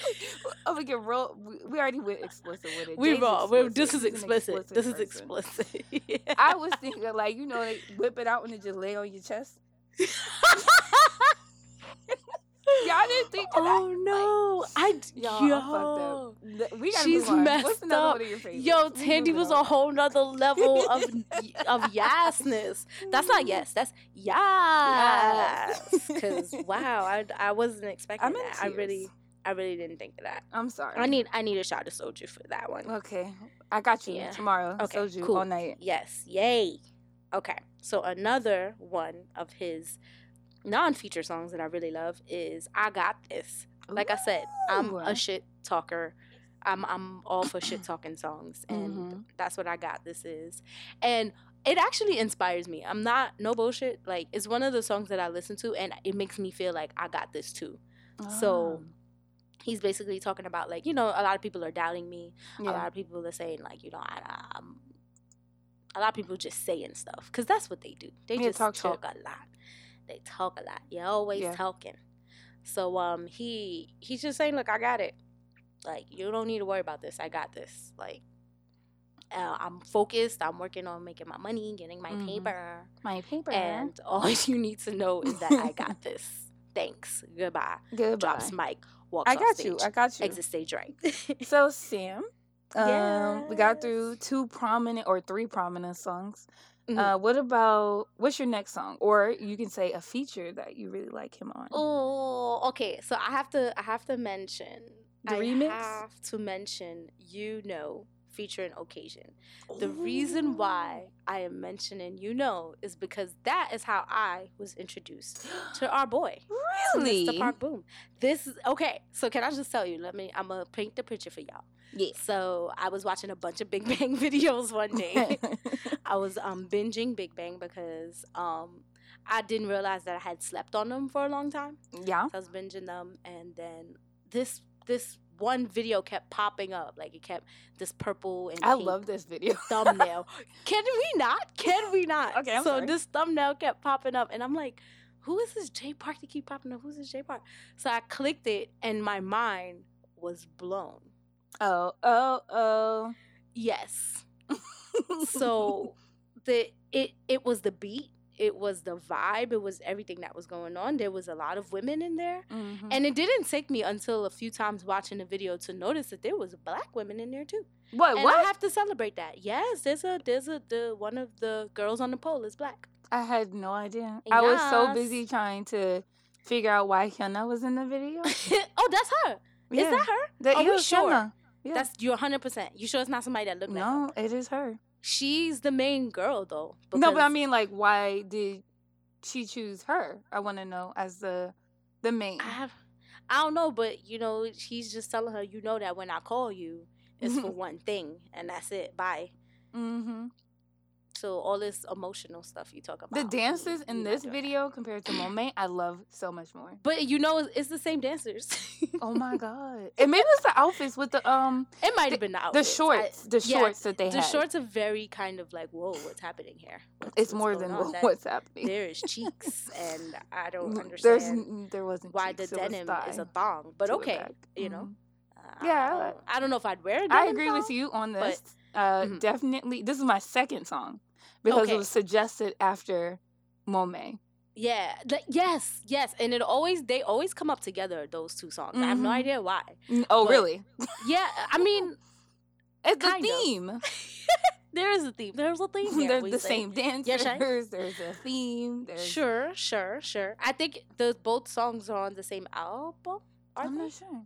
S3: Oh, we get real. We, we already went explicit with it.
S2: we
S3: Jay's
S2: wrong. We're, this is
S3: He's an
S2: explicit. This is
S3: person.
S2: explicit.
S3: I was thinking like you know they whip it out and it just lay on your chest. Y'all didn't think of that?
S2: Oh no! I d-
S3: Y'all, I'm
S2: yo.
S3: fucked up. We gotta
S2: She's
S3: move on.
S2: messed
S3: What's another
S2: up.
S3: one of your favorites?
S2: Yo,
S3: We
S2: Tandy
S3: moving
S2: was
S3: on.
S2: a whole nother level of of yasness. That's not yes. That's Mm-hmm. yes. Because wow, I, I wasn't expecting
S3: I'm in
S2: that. I really
S3: tears.
S2: I really didn't think of that.
S3: I'm sorry.
S2: I need I need a shot of soju for that one.
S3: Okay, I got you
S2: Yeah.
S3: tomorrow.
S2: Okay,
S3: Soju
S2: cool.
S3: all night.
S2: Yes, yay. Okay, so another one of his non-feature songs that I really love is "I Got This." Like I said, I'm
S3: Ooh.
S2: a shit talker. I'm I'm all for shit talking songs, and
S3: Mhm.
S2: that's what I got. This is, and it actually inspires me. I'm not no bullshit. Like it's one of the songs that I listen to, and it makes me feel like I got this too.
S3: Oh.
S2: So he's basically talking about like you know a lot of people are doubting me.
S3: Ah,
S2: A lot
S3: yeah.
S2: of people are saying like you know I, I'm. A lot of people just saying stuff because that's what they do. They
S3: Yeah,
S2: just
S3: talk
S2: talk,
S3: shit.
S2: a lot. They talk a lot. You're always
S3: Yeah.
S2: talking. So um he he's just saying look I got it. Like you don't need to worry about this. I got this. Like uh, I'm focused. I'm working on making my money, getting my
S3: Mhm.
S2: paper,
S3: my paper
S2: and all you need to know is that I got this. Thanks. Goodbye.
S3: goodbye.
S2: Drops mic. Walks
S3: I
S2: off
S3: got
S2: stage.
S3: you. I got you.
S2: Exit stage right.
S3: So Sam, um, we got through
S2: Yes.
S3: two prominent or three prominent songs.
S2: Mhm.
S3: Uh, what about what's your next song, or you can say a feature that you really like him on?
S2: Oh, okay. So I have to I have to mention
S3: The
S2: I
S3: remix?
S2: have to mention you know feature and occasion. The reason why I am mentioning you know is because that is how I was introduced to our boy. to
S3: Really?
S2: Mr. Park Boom. This is okay. So can I just tell you? Let me. I'm gonna paint the picture for y'all.
S3: Yeah.
S2: So I was watching a bunch of Big Bang videos one day. I was um, binging Big Bang because um, I didn't realize that I had slept on them for a long time.
S3: yeah.
S2: So I was binging them, and then this this one video kept popping up. Like it kept this purple and
S3: I
S2: pink
S3: love this video.
S2: thumbnail. Can we not? Can we not?
S3: Okay, I'm
S2: so
S3: sorry.
S2: this thumbnail kept popping up, and I'm like, "Who is this J Park that keep popping up? Who's this J Park?" So I clicked it, and my mind was blown.
S3: Oh, oh, oh.
S2: Yes. so the it it was the beat, it was the vibe, it was everything that was going on. There was a lot of women in there.
S3: Mhm.
S2: And it didn't take me until a few times watching the video to notice that there was black women in there too.
S3: what?
S2: And
S3: what?
S2: I have to celebrate that. Yes, there's a there's a the one of the girls on the pole is black.
S3: I had no idea. I was so
S2: Yes.
S3: busy trying to figure out why Hyuna was in the video.
S2: oh, that's her. Is that her?
S3: That-
S2: Are we
S3: yeah, it's
S2: sure?
S3: Hyuna. Yeah.
S2: That's you're 100. percent You sure it's not somebody that looked like her?
S3: no, it is her.
S2: She's the main girl though.
S3: no, but I
S2: because-
S3: mean, like, why did she choose her? I want to know as the the main.
S2: I have, I don't know, but you know, he's just telling her, you know, that when I call you, it's for one thing, and that's it. Bye.
S3: hmm
S2: So all this emotional stuff you talk about.
S3: The dances
S2: you
S3: in
S2: not
S3: this
S2: doing
S3: video compared to Momae, I love so much more.
S2: that. but you know, it's, it's the same dancers.
S3: Oh my god! And maybe it's the outfits with the um
S2: it might have been the
S3: the
S2: outfits. I-
S3: shorts, the
S2: yeah,
S3: shorts that they
S2: the
S3: had.
S2: shorts are very kind of like, whoa, what's happening here? What's- what's
S3: It's more
S2: going
S3: than
S2: on? That-
S3: what's happening.
S2: There is cheeks, and I don't
S3: N-
S2: understand
S3: There's n- there wasn't
S2: why
S3: cheeks,
S2: the
S3: it was
S2: denim is
S3: thigh
S2: a thong. But
S3: to the
S2: okay,
S3: back.
S2: you know.
S3: Mhm.
S2: Uh,
S3: Yeah,
S2: I
S3: I-
S2: don't, I don't know if I'd wear a
S3: I
S2: denim
S3: agree with
S2: thong.
S3: you on
S2: but-
S3: this. uh,
S2: Mhm.
S3: Definitely, this is my second song because
S2: Okay.
S3: it was suggested after Momae.
S2: Yeah. th- yes. Yes. And it always they always come up together. Those two songs. I have no
S3: Mhm.
S2: idea why.
S3: N- Oh,
S2: But-
S3: really?
S2: Yeah. I mean,
S3: It's a
S2: kind of.
S3: theme.
S2: there is a theme. There's a theme. here,
S3: There's
S2: we
S3: the
S2: say.
S3: same
S2: Yes,
S3: dancers.
S2: Shay?
S3: There's a theme. There's,
S2: Sure. Sure. Sure. I think the both songs are on the same album. Are
S3: I'm
S2: they?
S3: not sure.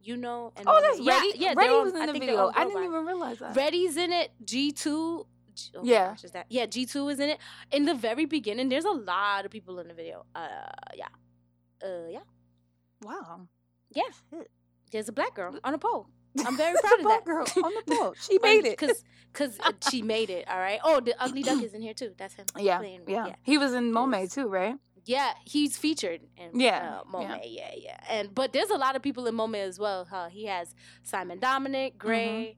S2: You know. And
S3: Oh,
S2: Ready.
S3: that's
S2: yeah,
S3: Ready.
S2: Yeah. they're
S3: Ready
S2: on-
S3: was in
S2: I
S3: the
S2: think they're
S3: video.
S2: on
S3: I didn't
S2: Worldwide.
S3: even realize that.
S2: Ready's in it. G two. G- oh my
S3: Yeah.
S2: gosh, is that yeah? G two is in it. In the very beginning, there's a lot of people in the video. Uh, yeah, uh, yeah,
S3: Wow.
S2: yeah.
S3: Shit.
S2: There's a black girl on a pole. I'm very proud
S3: the
S2: of that.
S3: black girl on the pole. She made it.
S2: because because uh, she made it. All right. Oh, the ugly duck is in here too. That's him.
S3: Yeah,
S2: playing-
S3: yeah.
S2: yeah.
S3: He was in Momae
S2: There's-
S3: too, right?
S2: Yeah, he's featured in
S3: Yeah,
S2: uh, Momae. Yeah. yeah, And but there's a lot of people in Momae as well. Huh? He has Simon Dominic,
S3: Mm-hmm.
S2: Gray,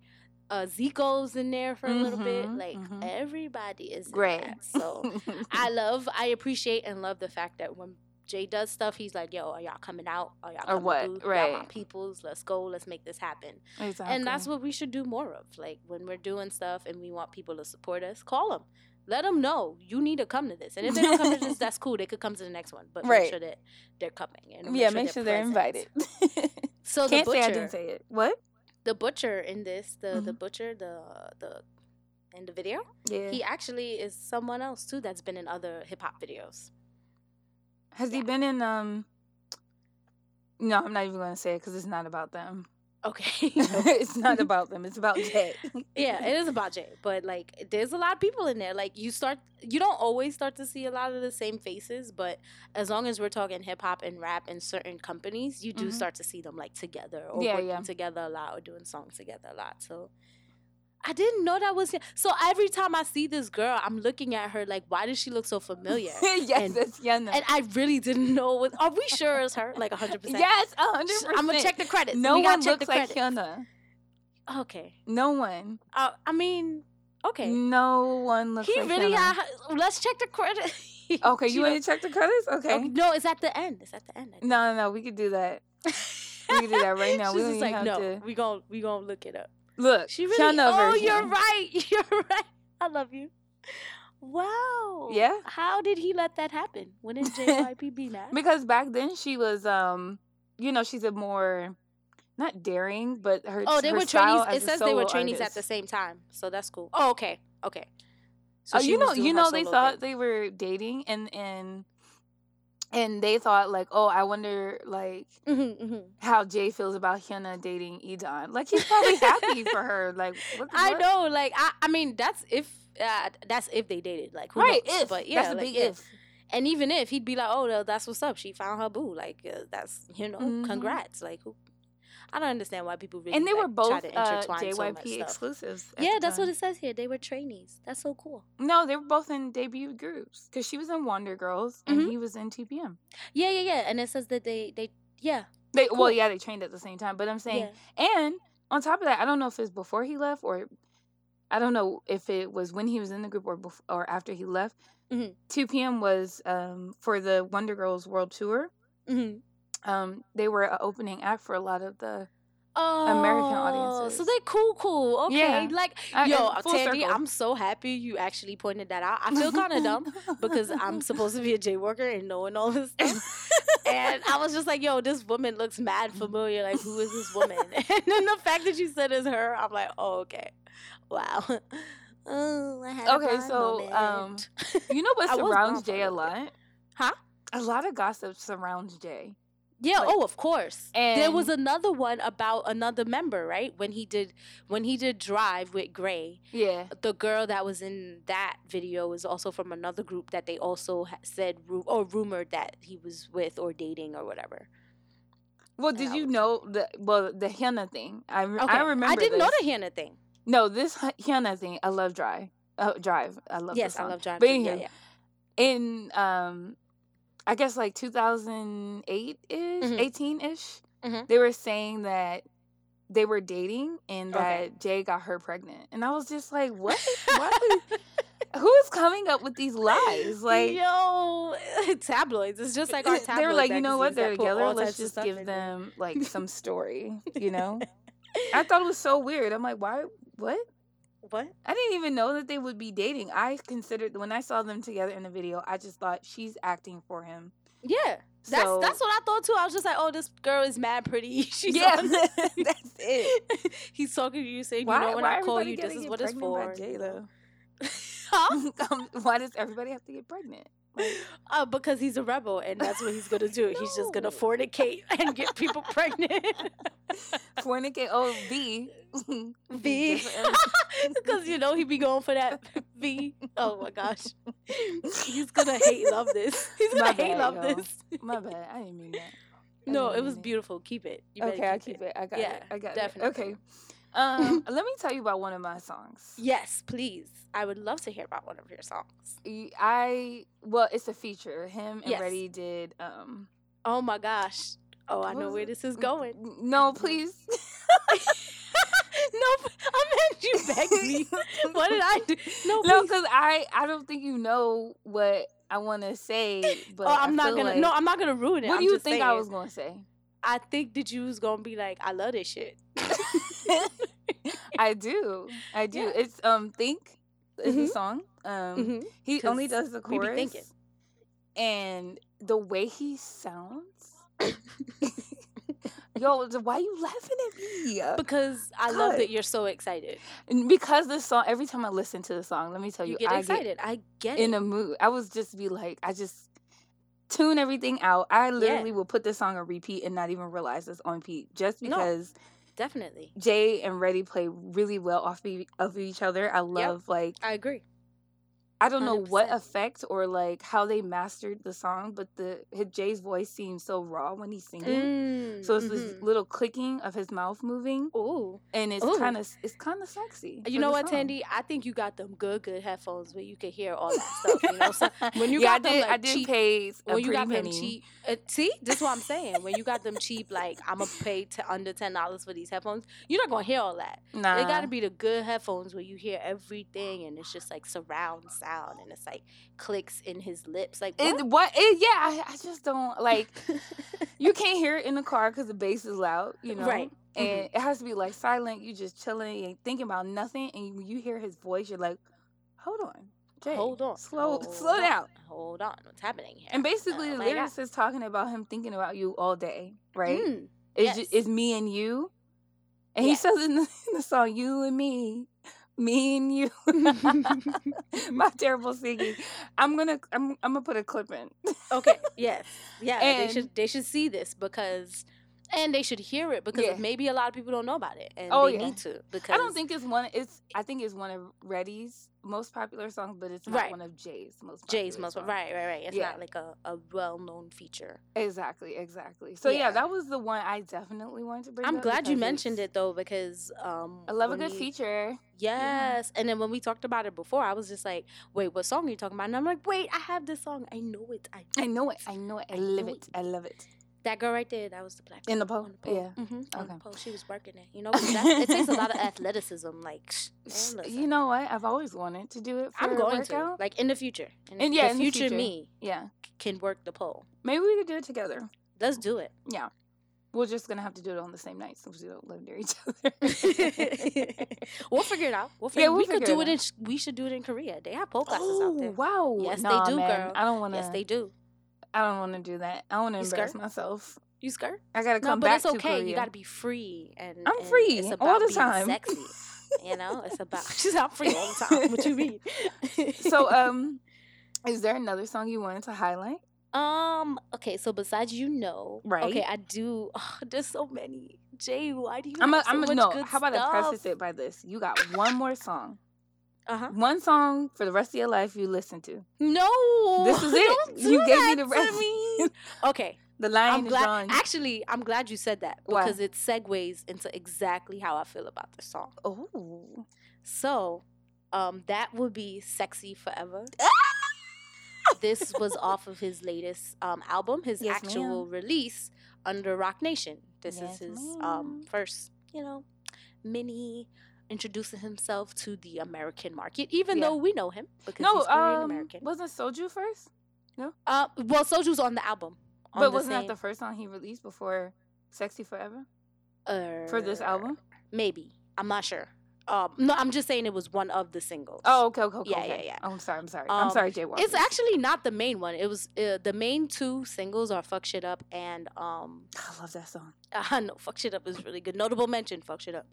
S2: uh, Zico's in there for a little bit.
S3: Mhm,
S2: Like
S3: mhm.
S2: everybody is in
S3: Gray.
S2: that. So I love, I appreciate and love the fact that when Jay does stuff, he's like, "Yo, are y'all coming out? Are y'all coming
S3: what,
S2: through? Y'all my
S3: right.
S2: peoples, let's go. Let's make this happen."
S3: exactly.
S2: And that's what we should do more of. Like when we're doing stuff and we want people to support us, call them. Let them know you need to come to this. And if they don't come to this, that's cool. They could come to the next one, but
S3: Right.
S2: make sure that they're coming. And
S3: yeah, make sure they're
S2: present.
S3: invited.
S2: So
S3: Can't
S2: the
S3: say I
S2: butcher,
S3: didn't say it. What?
S2: the butcher in this, the the
S3: Mhm.
S2: butcher, the the in the video,
S3: Yeah.
S2: he actually is someone else too that's been in other hip hop videos.
S3: Has he
S2: yeah.
S3: been in um? No, I'm not even going to say it because it's not about them.
S2: Okay.
S3: it's not about them. It's about Jay.
S2: yeah, it is about Jay, but like there's a lot of people in there. Like you start, you don't always start to see a lot of the same faces, but as long as we're talking hip hop and rap and certain companies, you do
S3: Mhm.
S2: start to see them like together or
S3: Yeah,
S2: working
S3: yeah.
S2: together a lot or doing songs together a lot. So I didn't know that was him. So every time I see this girl, I'm looking at her like, why does she look so familiar?
S3: yes,
S2: And-
S3: it's Yana.
S2: and I really didn't know. What, are we sure it's her? Like 100. percent
S3: yes, a hundred percent.
S2: I'm gonna check the credits.
S3: No
S2: we gotta
S3: one
S2: check
S3: looks
S2: the
S3: like
S2: credits.
S3: Hyuna.
S2: Okay.
S3: No one.
S2: Uh, I mean, okay.
S3: No one looks
S2: He
S3: like
S2: really
S3: Hyuna.
S2: got. Let's check the credit.
S3: Okay,
S2: She
S3: you want
S2: don't-
S3: to check the credits? Okay.
S2: Oh, no, it's at the end. It's at the end. I think.
S3: No, no, no. We could do that. We can do that right now.
S2: She's
S3: we
S2: just
S3: don't even
S2: like,
S3: have
S2: no,
S3: to
S2: we gon' we gonna look it up.
S3: look.
S2: She really.
S3: Hyuna
S2: oh,
S3: version.
S2: you're right. You're right. I love you. Wow.
S3: Yeah.
S2: How did he let that happen? When did JYPB that?
S3: Because back then she was, um, you know, she's a more not daring, but her
S2: oh, they
S3: her
S2: were
S3: style
S2: trainees. It
S3: as a
S2: says they were
S3: solo
S2: trainees at the
S3: artist.
S2: same time, so that's cool. Oh, okay, okay. So
S3: oh,
S2: she
S3: you
S2: was
S3: know,
S2: doing
S3: you
S2: her
S3: know, they
S2: solo
S3: thought
S2: thing.
S3: they were dating, and and and they thought like, oh, I wonder like
S2: Mm-hmm,
S1: Mhm, mhm.
S3: how Jay feels about Hyuna dating Edon. Like he's probably happy for her. Like what the
S2: I
S3: fuck?
S2: know, like I, I mean, that's if uh, that's if they dated, like who
S3: Right,
S2: knows?
S3: if
S2: but yeah,
S3: that's a
S2: like,
S3: big
S2: yeah.
S3: if.
S2: And even if he'd be like, oh, well, that's what's up. She found her boo. Like uh, that's you know,
S3: Mhm.
S2: congrats. Like who? I don't understand why people really
S3: and they
S2: like,
S3: were both
S2: try to
S3: uh,
S2: intertwine so much
S3: JYP
S2: stuff.
S3: exclusives. at
S2: Yeah,
S3: the
S2: that's what
S3: time.
S2: it says here. They were trainees. That's so cool.
S3: No, they were both in debut groups because she was in Wonder Girls
S2: Mhm.
S3: and he was in TPM.
S2: Yeah, yeah, yeah. And it says that they they yeah
S3: They
S2: Cool.
S3: well, yeah, they trained at the same time. But I'm saying,
S2: yeah.
S3: and on top of that, I don't know if it's before he left or I don't know if it was when he was in the group or bef- or after he left.
S2: Mm-hmm.
S1: Mhm.
S3: 2 p.m. was um, for the Wonder Girls World Tour.
S2: Mm-hmm.
S1: Mhm.
S3: Um, they were an opening act for a lot of the.
S2: Oh,
S3: American
S2: So
S3: audiences.
S2: they cool, cool. Okay,
S3: Yeah.
S2: like
S3: I-
S2: yo,
S3: and full
S2: Tandy,
S3: circle.
S2: I'm so happy you actually pointed that out. I feel kind of dumb because I'm supposed to be a J worker and knowing all this stuff. and I was just like, yo, this woman looks mad familiar. Like, who is this woman? and then the fact that you said it's her, I'm like, oh, okay. Wow. Oh, I had a
S3: Okay,
S2: blind
S3: so,
S2: moment.
S3: um, You know what
S2: I was
S3: surrounds
S2: wrong for a
S3: Jay a
S2: little bit.
S3: lot?
S2: Huh?
S3: A lot of gossip surrounds Jay.
S2: Yeah,
S3: Like-
S2: oh, of course. there was
S3: And-
S2: another one about another member, right? When he did when he did Drive with Gray,
S3: Yeah.
S2: the girl that was in that video was also from another group that they also ha- said ru- or rumored that he was with or dating or whatever.
S3: Well,
S2: And
S3: did
S2: I
S3: you
S2: was-
S3: know the well the henna thing? I re- I remember.
S2: I didn't
S3: this.
S2: know the Hannah thing.
S3: No, this henna thing. I love drive. Uh, drive. I love.
S2: yes,
S3: this song.
S2: I love Drive.
S3: But
S2: too. yeah,
S3: anywho,
S2: yeah.
S3: in um i guess like 2008 ish
S2: Mhm.
S3: 18 ish
S2: Mhm.
S3: they were saying that they were dating and that
S2: Okay.
S3: jay got her pregnant and i was just like what Why would- who is coming up with these lies like
S2: yo, tabloids. It's just like our tabloids.
S3: they were like you know what they're together
S2: Let's
S3: let's just give them like some story you know i thought it was so weird i'm like why what
S2: what?
S3: I didn't even know that they would be dating. I considered when I saw them together in the video, I just thought she's acting for him.
S2: Yeah. That's
S3: So-
S2: that's what I thought too. I was just like, oh, this girl is mad pretty. She's
S3: yeah,
S2: on-
S3: that's it.
S2: He's talking to you saying, you
S3: Why,
S2: know, when
S3: why
S2: I call
S3: everybody
S2: you,
S3: gotta
S2: this is
S3: get
S2: what it's for.
S3: pregnant by J-Lo?
S2: huh?
S3: Um, why does everybody have to get pregnant?
S2: Uh, because he's a rebel and that's what he's gonna do. He's just gonna
S3: No.
S2: fornicate and get people pregnant.
S3: Fornicate, oh, V.
S2: V. Because you know he be going for that V. Oh my gosh, he's gonna hate love this. He's gonna
S3: My
S2: hate
S3: bad,
S2: love
S3: y'all.
S2: this.
S3: My bad, I didn't mean that. I
S2: No,
S3: didn't
S2: it was
S3: mean
S2: beautiful. Keep it. You better
S3: Okay, I'll keep it. I got
S2: Yeah,
S3: it. I got
S2: definitely.
S3: it. Okay. Um, let me tell you about one of my songs.
S2: Yes, please. I would love to hear about one of your songs.
S3: Y- I well, it's a feature. Him and
S2: Yes.
S3: Reddy did. Um,
S2: Oh my gosh. Oh, I
S3: What
S2: know
S3: was
S2: where
S3: it? Mm.
S2: this is going.
S3: No, please.
S2: nope. I meant you begged me. What did I do? No,
S3: no,
S2: please.
S3: because I I don't think you know what I want to say. But
S2: oh, I'm
S3: I
S2: not
S3: feel
S2: gonna.
S3: like-
S2: no, I'm not gonna ruin it.
S3: What
S2: I'm
S3: do you
S2: just
S3: think I
S2: saying.
S3: was gonna say?
S2: I think that you was gonna be like, I love this shit.
S3: I do, I do.
S2: Yeah.
S3: It's um think is the
S2: Mhm.
S3: song. Um,
S2: hmm
S3: he only
S2: 'cause
S3: does the
S2: we be
S3: chorus,
S2: thinking.
S3: and the way he sounds. Yo, th- why you laughing at me?
S2: Because I love
S3: God.
S2: that you're so excited.
S3: And because this song, every time I listen to the song, let me tell you,
S2: You, get
S3: I get
S2: excited. I get
S3: in
S2: it.
S3: a mood. I was just be like, I just tune everything out. I literally will put this song on repeat and not even realize it's on repeat just
S2: No.
S3: because
S2: Definitely.
S3: Jay and Reddy play really well off be- of each other. I love like
S2: I agree.
S3: I don't know what
S2: 100%.
S3: effect or like how they mastered the song, but the his, Jay's voice seems so raw when he's singing.
S2: Mm-hmm. Mm,
S3: So it's this little clicking of his mouth moving,
S2: Oh,
S3: and it's
S2: Ooh.
S3: kind of it's kind of sexy.
S2: you
S3: for
S2: know
S3: the
S2: what,
S3: song.
S2: Tandy? I think you got them good, good headphones where you can hear all that stuff. You know, so when you
S3: yeah,
S2: got
S3: I
S2: them,
S3: did,
S2: like,
S3: I did
S2: cheap-
S3: pay a
S2: when you
S3: pretty
S2: got them
S3: penny.
S2: cheap, uh, see, this is what I'm saying. When you got them cheap, like I'm gonna pay t- under ten dollars for these headphones, you're not gonna hear all that.
S3: Nah,
S2: They gotta be the good headphones where you hear everything and it's just like surround sound and it's like clicks in his lips. Like what?
S3: It, what? It, yeah, I, I just don't like. you can't hear it in the car because the bass is loud, you know.
S2: Right. mm-hmm.
S3: And it has to be like silent. You just chilling, you ain't thinking about nothing, and when you hear his voice, you're like, "Hold on, Jay,
S2: hold on,
S3: slow,
S2: hold
S3: slow
S2: on,
S3: down."
S2: Hold on, what's happening here?
S3: And basically,
S2: Oh
S3: the
S2: my God.
S3: lyrics is talking about him thinking about you all day, right?
S2: Mm,
S3: It's ju-
S2: yes.
S3: it's me and you, and he says in the, in the song, "You and me, me and you my terrible singing i'm gonna i'm, I'm gonna put a clip in
S2: Okay. Yes. Yeah.
S3: And-
S2: they should they should see this because and they should hear it because
S3: Yeah.
S2: maybe a lot of people don't know about it and
S3: Oh,
S2: they
S3: yeah.
S2: need to because
S3: i don't think it's one it's i think it's one of reddy's most popular songs but it's not
S2: Right.
S3: one of jay's most popular
S2: Jay's most
S3: songs.
S2: right, right, right. It's
S3: Yeah.
S2: not like a, a well known feature.
S3: exactly exactly so yeah.
S2: Yeah. that
S3: that was the one i definitely wanted to bring
S2: I'm
S3: up
S2: glad you
S3: because
S2: mentioned
S3: it's-
S2: it though because um
S3: i love a
S2: when
S3: good
S2: we-
S3: feature
S2: Yes. And then when we talked about it before, I was just like, wait, what song are you talking about? And I'm like, wait, I have this song. I know it. I know,
S3: i know it i know it i love
S2: know
S3: it i love it
S2: That girl right there, that was the black
S3: In
S2: girl
S3: the pole?
S2: on
S3: Yeah.
S2: hmm On the
S3: Okay.
S2: pole. She was working it. You know, 'cause that, it takes a lot of athleticism. Like, shh, man, listen.
S3: you know what i've always wanted to do it for
S2: I'm going
S3: a workout
S2: to like in the future. In
S3: And
S2: the,
S3: yeah,
S2: the
S3: in the
S2: future,
S3: future.
S2: me
S3: yeah
S2: can work the pole.
S3: Maybe we could do it together.
S2: Let's do it.
S3: We're just gonna have to do it on the same night since we don't live near each other.
S2: we'll figure it out. We'll figure.
S3: we'll
S2: we could
S3: figure
S2: do
S3: it
S2: it. In, we should do it in Korea. They have pole classes out
S3: oh
S2: there.
S3: wow!
S2: Yes, they
S3: Nah,
S2: do,
S3: man.
S2: girl.
S3: I don't want to.
S2: Yes, they do.
S3: I don't want to do that. I want to
S2: You
S3: embarrass
S2: scared?
S3: myself.
S2: You skirt?
S3: I gotta
S2: No,
S3: come
S2: but
S3: back
S2: it's okay.
S3: to Korea.
S2: You gotta be free, and
S3: I'm
S2: and
S3: free
S2: It's
S3: all
S2: about
S3: the
S2: being
S3: time.
S2: sexy. You know, it's about. She's not free all the time. What you mean?
S3: so, um, is there another song you wanted to highlight?
S2: Um. Okay. So besides, you know,
S3: Right.
S2: Okay, I do. Oh, there's so many. Jay, why do you?
S3: I'm a,
S2: have so
S3: I'm a
S2: much
S3: no.
S2: Good
S3: How about
S2: stuff?
S3: I preface it by this? You got one more song.
S2: Uh huh.
S3: One song for the rest of your life you listen to.
S2: No.
S3: This is it.
S2: Don't do
S3: You gave
S2: that
S3: me the
S2: to
S3: rest.
S2: me. Okay.
S3: The Lion
S2: I'm
S3: is
S2: glad.
S3: Drawn.
S2: Actually, I'm glad you said that
S3: Why?
S2: because it segues into exactly how I feel about the song.
S3: oh.
S2: So, um, that would be "Sexy Forever." this was off of his latest um, album, his
S3: Yes,
S2: actual release under Rock Nation. This
S3: Yes,
S2: is his
S3: ma'am.
S2: um, first, you know, mini introducing himself to the American market, even
S3: Yeah.
S2: though we know him because
S3: No,
S2: he's Korean
S3: um,
S2: American.
S3: wasn't Soju first?
S2: Uh, well, Soju's on the album. On
S3: but
S2: the
S3: wasn't
S2: same-
S3: that the first song he released before Sexy Forever? For this
S2: Er,
S3: album?
S2: Maybe I'm not sure. Um, no, I'm just saying it was one of the singles.
S3: Oh, okay, okay, okay.
S2: Yeah,
S3: okay.
S2: yeah, yeah.
S3: Oh, I'm sorry, I'm sorry.
S2: Um,
S3: I'm sorry, Jay Walker.
S2: It's actually not the main one. It was uh, the main two singles are "Fuck Shit Up" and um,
S3: I love that song.
S2: I know "Fuck Shit Up" is really good. Notable mention, "Fuck Shit Up."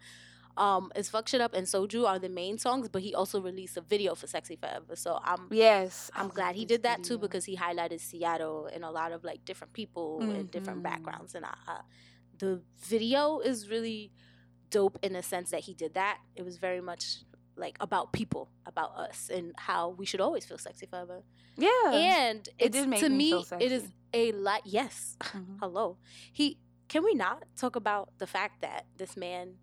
S2: Um, is "Fuck Shit Up" and "Soju" are the main songs, but he also released a video for "Sexy Forever." So I'm
S3: Yes. I
S2: I'm
S3: love
S2: glad he
S3: this
S2: did that too
S3: video.
S2: because he highlighted Seattle and a lot of like different people and different
S3: Mhm.
S2: backgrounds. And I, I, the video is really dope in the sense that he did that. It was very much like about people, about us, and how we should always feel sexy forever.
S3: Yeah.
S2: and
S3: it
S2: it's,
S3: did make
S2: to
S3: me feel
S2: it is
S3: sexy.
S2: a lot. Yes,
S3: Mhm.
S2: hello. He can we not talk about the fact that this man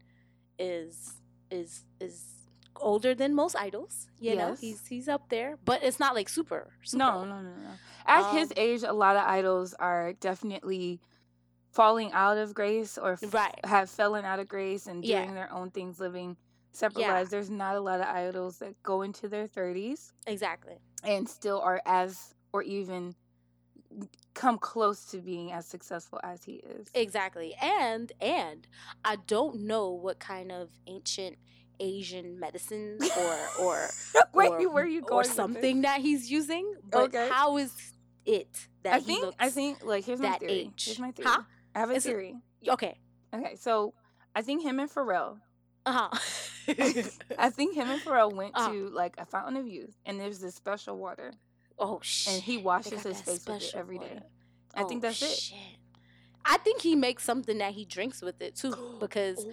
S2: is is is older than most idols. You know,
S3: Yes.
S2: he's he's up there, but it's not like super. super
S3: No,
S2: old.
S3: no, no, no. At his
S2: Um,
S3: age, a lot of idols are definitely falling out of grace or f-
S2: Right.
S3: have fallen out of grace and
S2: Yeah.
S3: doing their own things, living separate
S2: Yeah.
S3: lives. There's not a lot of idols that go into their 30s
S2: Exactly.
S3: and still are as or even come close to being as successful as he is.
S2: Exactly. And and I don't know what kind of ancient Asian medicines or or
S3: Wait,
S2: or,
S3: where are you going?
S2: or
S3: with this?
S2: something that he's using, but
S3: Okay.
S2: how is it that
S3: I
S2: he
S3: think
S2: looks
S3: I think like here's my
S2: that
S3: theory.
S2: age?
S3: Here's my theory.
S2: Huh?
S3: I have a
S2: Is it-
S3: theory.
S2: Okay.
S3: Okay, so I think him and Pharrell.
S2: Uh-huh.
S3: I think him and Pharrell went
S2: Uh.
S3: to like a fountain of youth, and there's this special water,
S2: oh shit.
S3: and he
S2: They
S3: washes
S2: got
S3: his
S2: that
S3: face with it
S2: special
S3: every day.
S2: water.
S3: I think
S2: Oh,
S3: that's it.
S2: shit. I think he makes something that he drinks with it too because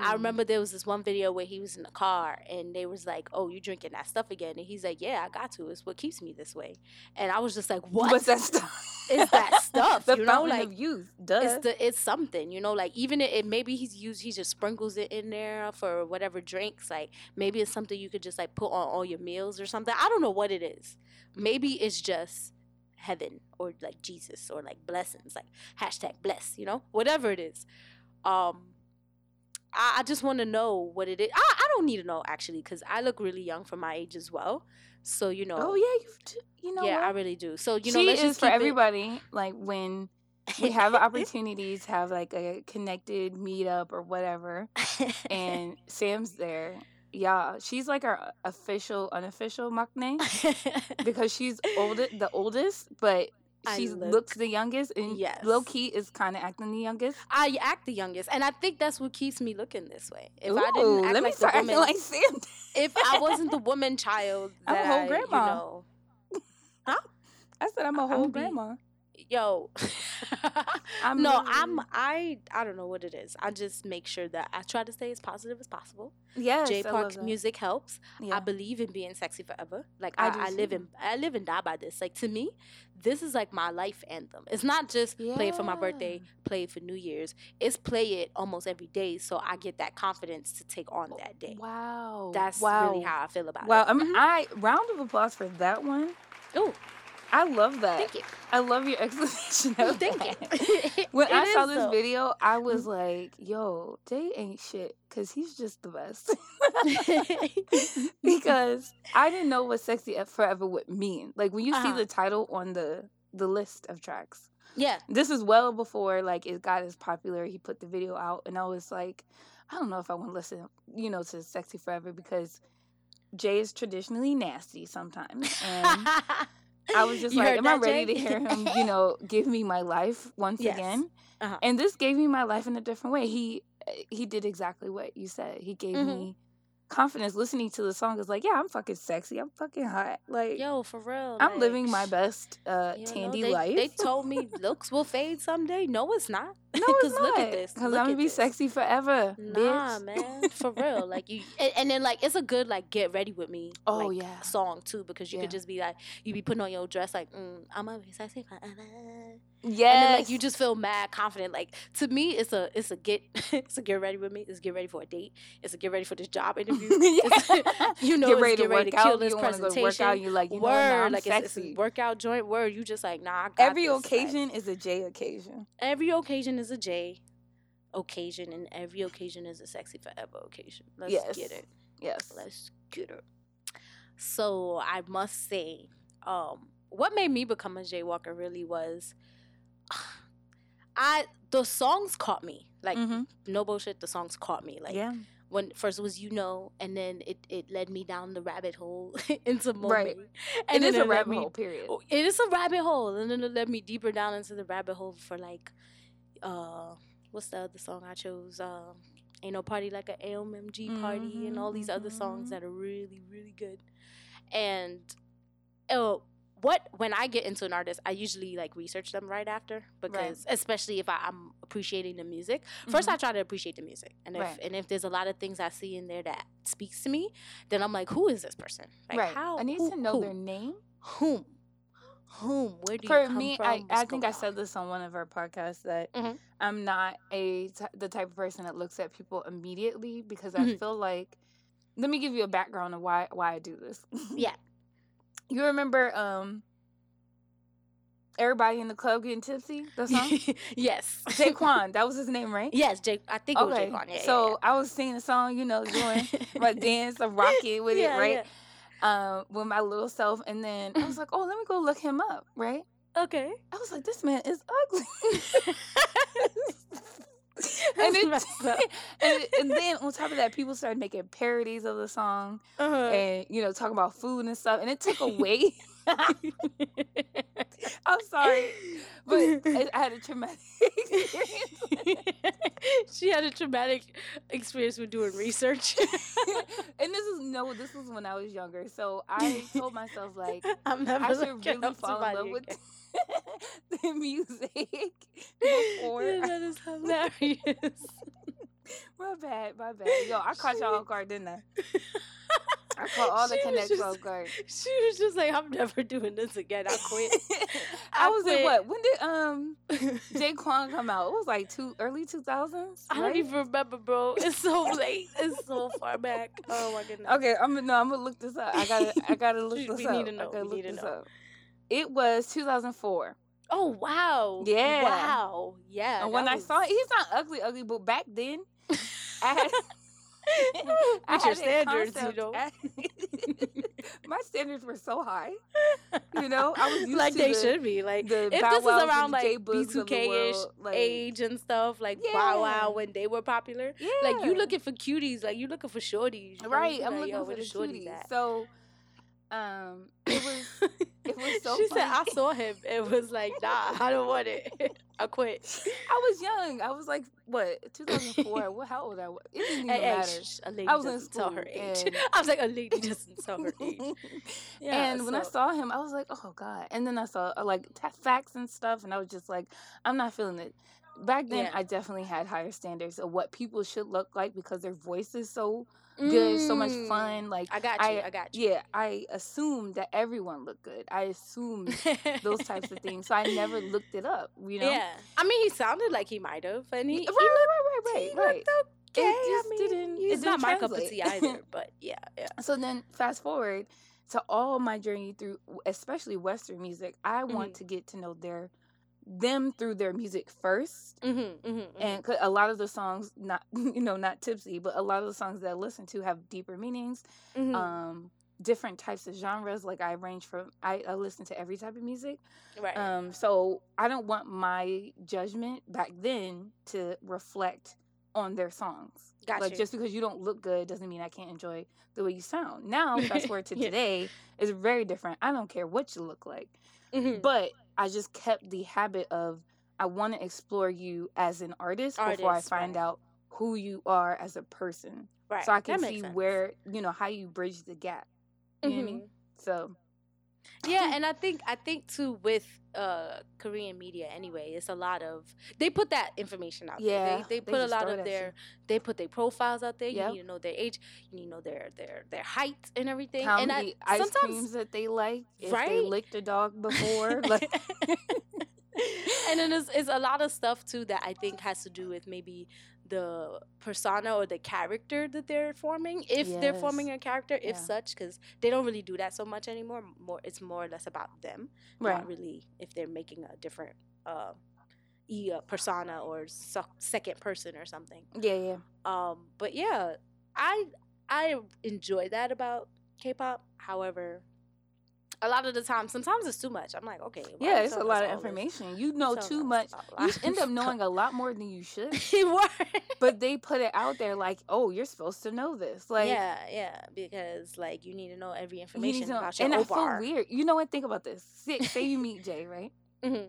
S2: I
S3: Ooh.
S2: remember there was this one video where he was in the car and they was like, "Oh, you drinking that stuff again?" And he's like, "Yeah, I got to. It's what keeps me this way." And I was just like, "What is
S3: What's that stuff?
S2: that stuff?"
S3: the
S2: you know,
S3: fountain
S2: like
S3: of youth. Duh.
S2: it's the it's something. You know, like even it, it maybe he's used he just sprinkles it in there for whatever drinks. Like maybe it's something you could just like put on all your meals or something. I don't know what it is. Maybe it's just heaven or like Jesus or like blessings, like hashtag bless. You know, whatever it is um I, I just want to know what it is. I, I don't need to know actually because I look really young for my age as well. So you know,
S3: oh yeah, you t- you know
S2: yeah,
S3: what?
S2: I really do. So you know,
S3: she
S2: let's
S3: is
S2: just
S3: for
S2: keep it-
S3: everybody. Like when we have an opportunity to have like a connected meetup or whatever, and Sam's there. Yeah, she's like our official, unofficial maknae because she's older, the oldest, but
S2: I
S3: she
S2: look-
S3: looks the youngest, and
S2: Yes.
S3: low key is kind of acting the youngest.
S2: I act the youngest, and I think that's what keeps me looking this way. If I didn't
S3: Ooh,
S2: act
S3: let me
S2: like
S3: start
S2: the
S3: acting
S2: woman,
S3: like Sam.
S2: if I wasn't the woman child,
S3: I'm a
S2: that
S3: whole
S2: I,
S3: grandma.
S2: You know,
S3: I said I'm a
S2: I'm
S3: whole
S2: be-
S3: grandma.
S2: yo,
S3: I'm
S2: no,
S3: literally-
S2: I'm I I don't know what it is. I just make sure that I try to stay as positive as possible.
S3: yes.
S2: J
S3: I love
S2: Park's
S3: that.
S2: music helps.
S3: Yeah.
S2: I believe in being sexy forever. Like
S3: I
S2: I,
S3: do
S2: I, live
S3: too.
S2: and I live and die by this. Like to me, this is like my life anthem. It's not just play it for my birthday, play it for New Year's. It's play it almost every day, so I get that confidence to take on that day.
S3: Wow.
S2: That's
S3: wow.
S2: really how I Mm-hmm. feel about
S3: Wow.
S2: it.
S3: I mean, I round of applause for that one.
S2: Oh,
S3: I love that.
S2: thank you,
S3: I love your explanation. Of
S2: thank
S3: that.
S2: you.
S3: When
S2: It
S3: I saw
S2: is,
S3: this
S2: though. Mm-hmm.
S3: video, I was like, "Yo, Jay ain't shit because he's just the best." because I didn't know what "Sexy Forever" would mean. Like when you see
S2: Uh-huh.
S3: the title on the the list of tracks,
S2: yeah,
S3: this is well before like it got as popular. He put the video out, and I was like, I don't know if I want to listen, you know, to "Sexy Forever" because Jay is traditionally nasty sometimes. And I was just
S2: You
S3: like,
S2: heard
S3: am I
S2: that, Jay?
S3: ready to hear him, you know, give me my life once
S2: Yes.
S3: again?
S2: Uh-huh.
S3: And this gave me my life in a different way. He eh, he did exactly what you said. He gave
S2: Mhm.
S3: me confidence listening to the song. Is like, yeah, I'm fucking sexy. I'm fucking hot. Like,
S2: Yo, for real.
S3: I'm
S2: like,
S3: living my best uh,
S2: you know,
S3: Tandy
S2: they,
S3: life.
S2: They told me looks will fade someday. No, it's not.
S3: no, it's
S2: look
S3: not.
S2: at this.
S3: Because I'm
S2: look
S3: gonna
S2: at
S3: be
S2: this.
S3: sexy forever,
S2: Nah,
S3: bitch.
S2: man, for real. Like you, and, and then like it's a good like get ready with me.
S3: Oh,
S2: like,
S3: yeah.
S2: song too because you
S3: Yeah.
S2: could just be like you be putting on your dress like mm, I'm gonna be sexy forever. And
S3: Yes.
S2: then like you just feel mad confident. Like to me, it's a it's a get it's a get ready with me. It's get ready for a date. It's a get ready for this job interview.
S3: Yeah.
S2: You know,
S3: get
S2: it's
S3: ready to
S2: get
S3: work
S2: ready to
S3: out.
S2: kill this
S3: you wanna go to work out.
S2: presentation.
S3: You like, you know, what, now
S2: word
S3: I'm
S2: like it's, it's
S3: sexy.
S2: a workout joint word. You just like nah. I got
S3: Every
S2: this. Like,
S3: occasion is a J occasion.
S2: every occasion is a J occasion, and every occasion is a sexy forever occasion. Let's
S3: Yes.
S2: get it.
S3: Yes.
S2: Let's get it. So I must say, um, what made me become a jaywalker really was, I the songs caught me. Like
S3: Mhm.
S2: no bullshit, the songs caught me. Like
S3: yeah.
S2: when first it was you know, and then it it led me down the rabbit hole into more.
S3: Right.
S2: And
S3: it
S2: then
S3: is a
S2: led
S3: rabbit
S2: me
S3: hole, period.
S2: Oh, it is a rabbit hole and then it led me deeper down into the rabbit hole for like uh what's the other song i chose um ain't no party like a lmg party and all these other songs
S3: Mhm.
S2: that are really really good and oh what when i get into an artist i usually like research them right after because especially if I, i'm appreciating the music 1st i try to appreciate the music and if
S3: Mm-hmm. Right.
S2: and if there's a lot of things i see in there that speaks to me then i'm like who is this person like
S3: right.
S2: how
S3: I need
S2: who-
S3: to know
S2: who?
S3: their name.
S2: whom whom where do you
S3: For
S2: come
S3: me,
S2: from
S3: I,
S2: What's
S3: I think I
S2: going on?
S3: said this on one of our podcasts that
S2: Mhm.
S3: I'm not a t- the type of person that looks at people immediately because I
S2: Mhm.
S3: feel like let me give you a background of why why I do this.
S2: Yeah.
S3: you remember um everybody in the club getting tipsy? The song
S2: yes
S3: Jaquan, that was his name, right?
S2: yes jake i think it was Jaquan. yeah
S3: so I was singing a song, you know,
S2: yeah,
S3: doing
S2: yeah.
S3: my dance, I'm rocking with
S2: Yeah,
S3: it, right?
S2: yeah.
S3: um, with my little self, and then I was like, "Oh, let me go look him up." Right?
S2: okay
S3: I was like, "This man is ugly," and,
S2: That's
S3: it,
S2: messed up.
S3: and, it- and then on top of that, people started making parodies of the song,
S2: uh-huh.
S3: and you know, talking about food and stuff, and it took away. I'm sorry, but it, I had a traumatic experience.
S2: she had a traumatic experience with doing research
S3: and this is no, this was when I was younger, so I told myself like.
S2: i'm never
S3: I should
S2: looking
S3: really
S2: up
S3: fall in
S2: somebody
S3: love
S2: again.
S3: with the music before.
S2: Yeah, that is hilarious
S3: My bad, my bad. Yo, I caught y'all off guard, didn't I? I caught all the
S2: She was
S3: connects
S2: just-
S3: off guard.
S2: she was just like i'm never doing this again i quit
S3: I
S2: I
S3: was in
S2: quit.
S3: what? When did um
S2: I
S3: Jay Quan come out? It was like two early two thousands.
S2: don't even remember, bro. It's so late. It's so far back. Oh my goodness.
S3: Okay, I'm gonna no, I'm gonna look this up. I gotta I gotta look
S2: We
S3: this up.
S2: need to
S3: I
S2: know,
S3: gotta
S2: we
S3: look
S2: need to
S3: this
S2: know.
S3: up. It was 2004.
S2: Oh wow.
S3: Yeah.
S2: Wow. Yeah.
S3: and when
S2: that
S3: I saw it,
S2: was-
S3: he's not ugly, ugly, but back then, I had, I
S2: With your
S3: had a
S2: standards, you
S3: concept.
S2: know.
S3: I- my standards were so high. You know, I was used
S2: like
S3: to
S2: they
S3: the,
S2: should be like
S3: the
S2: if
S3: Bow
S2: this is
S3: Wows and
S2: around
S3: the J
S2: like
S3: Books of the
S2: B2K ish
S3: world, like,
S2: age and stuff, like Wow
S3: Yeah.
S2: Wow when they were popular.
S3: Yeah.
S2: Like you looking for cuties, like you looking for shorties. you know? You
S3: right.
S2: be
S3: I'm
S2: like,
S3: looking
S2: yo,
S3: for
S2: where
S3: the
S2: shorties
S3: cuties.
S2: at?
S3: So, um, it was it was so
S2: she said,
S3: funny.
S2: "I saw him." It was like, nah, I don't want it. I quit.
S3: I was young. I was like, what, 2004? what? How old I was? It didn't even
S2: Hey, hey,
S3: matter.
S2: shh, a lady
S3: I was in
S2: doesn't tell her
S3: school
S2: age.
S3: and-
S2: I was like, a lady doesn't tell her age. Yeah,
S3: and when I
S2: so-
S3: saw him, I was like, oh God. And then I saw uh, like ta facts and stuff, and I was just like, I'm not feeling it. Back then,
S2: Yeah.
S3: I definitely had higher standards of what people should look like because their voice is so good, so much
S2: Mm.
S3: fun. Like,
S2: I got you.
S3: I-
S2: I, got you.
S3: yeah, I assumed that everyone looked good. I assumed those types of things. So I never looked it up, you know?
S2: Yeah, I mean, he sounded like he might have, and he
S3: Right,
S2: he
S3: right,
S2: looked-
S3: right, right,
S2: he
S3: right. right.
S2: looked okay. I
S3: just
S2: mean,
S3: didn't- it
S2: it's not
S3: didn't
S2: my cup of
S3: translate.
S2: tea either, but yeah, yeah.
S3: So then, fast forward to all my journey through, especially Western music. I
S2: Mm-hmm.
S3: want to get to know their them through their music 1st
S2: Mm-hmm, mm-hmm,
S3: and 'cause a lot of the songs, not you know, not tipsy, but a lot of the songs that I listen to have deeper meanings.
S2: Mm. mm-hmm.
S3: Um, different types of genres. Like I range from I, I listen to every type of music.
S2: right.
S3: Um, so I don't want my judgment back then to reflect on their songs.
S2: Gotcha.
S3: Like just because you don't look good doesn't mean I can't enjoy the way you sound. Now, fast forward to
S2: Yeah.
S3: today is very different. I don't care what you look like,
S2: Mhm.
S3: but I just kept the habit of I want to explore you as an artist, before I
S2: Artist,
S3: find
S2: right.
S3: out who you are as a person,
S2: right.
S3: so I
S2: That
S3: can
S2: makes
S3: see
S2: sense.
S3: where you know how you bridge the gap. You know what I mean?
S2: Mhm.
S3: So
S2: yeah and i think i think too with uh korean media anyway it's a lot of they put that information out there
S3: Yeah,
S2: they, they
S3: they
S2: put a
S3: just
S2: lot
S3: throw it
S2: of
S3: at you.
S2: their they put their profiles out there
S3: Yep.
S2: you need to know their age you need to know their their their height and everything
S3: how
S2: and
S3: many
S2: i
S3: ice
S2: sometimes
S3: creams that they like, if they
S2: Right?
S3: licked a dog before, like
S2: and then it's, it's a lot of stuff too that i think has to do with maybe the persona or the character that they're forming if they're
S3: Yes.
S2: forming a character if
S3: Yeah.
S2: such because they don't really do that so much anymore more it's more or less about them
S3: right.
S2: not really if they're making a different uh, e uh, persona or su- second person or something.
S3: Yeah, yeah.
S2: Um, but yeah, I I enjoy that about K-pop. However, a lot of the time, sometimes it's too much. I'm like, okay, why
S3: Yeah,
S2: you
S3: it's a
S2: telling
S3: lot
S2: us
S3: of
S2: all this?
S3: information. You know
S2: Telling
S3: too
S2: us
S3: much.
S2: a
S3: You
S2: lot.
S3: end up knowing a lot more than you should.
S2: You were.
S3: But they put it out there like, oh, you're supposed to know this. Like,
S2: yeah, yeah, because like you need to know every
S3: you need
S2: information
S3: to know-
S2: about your
S3: And I feel
S2: O-bar.
S3: weird. You know what? Think about this. Say, say you meet Jay, right?
S2: Mhm,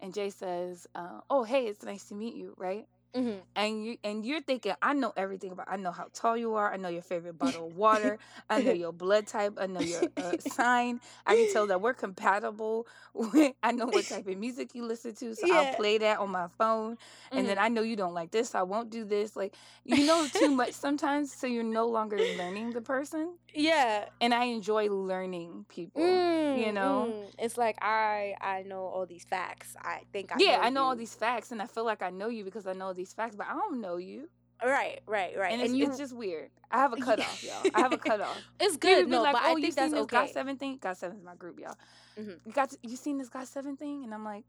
S3: And Jay says, uh, oh, hey, it's nice to meet you, right?
S2: mhm.
S3: and you and you're thinking, I know everything about. I know how tall you are. I know your favorite bottle of water. I know your blood type. I know your uh, sign. I can tell that we're compatible. I know what type of music you listen to, so I'll
S2: Yeah. Mm-hmm.
S3: play that on my phone. And then I know you don't like this, so I won't do this. Like you know too much sometimes, so you're no longer learning the person.
S2: yeah,
S3: And I enjoy learning people.
S2: Mm,
S3: know?
S2: mm. it's like I I know all these facts. I think I
S3: yeah,
S2: know
S3: I know all
S2: you.
S3: these facts, and I feel like I know you because I know these facts, but I don't know you.
S2: Right, right, right.
S3: and it's,
S2: you,
S3: it's just weird. I have a
S2: Yeah.
S3: cutoff, y'all. I have a cutoff.
S2: it's
S3: People
S2: good.
S3: be
S2: No,
S3: like,
S2: but
S3: "Oh,
S2: I
S3: you
S2: think
S3: seen
S2: that's
S3: this
S2: okay.
S3: God Seven thing? God Seven's my group, y'all.
S2: Mhm.
S3: You got you seen this God Seven thing?" And I'm like,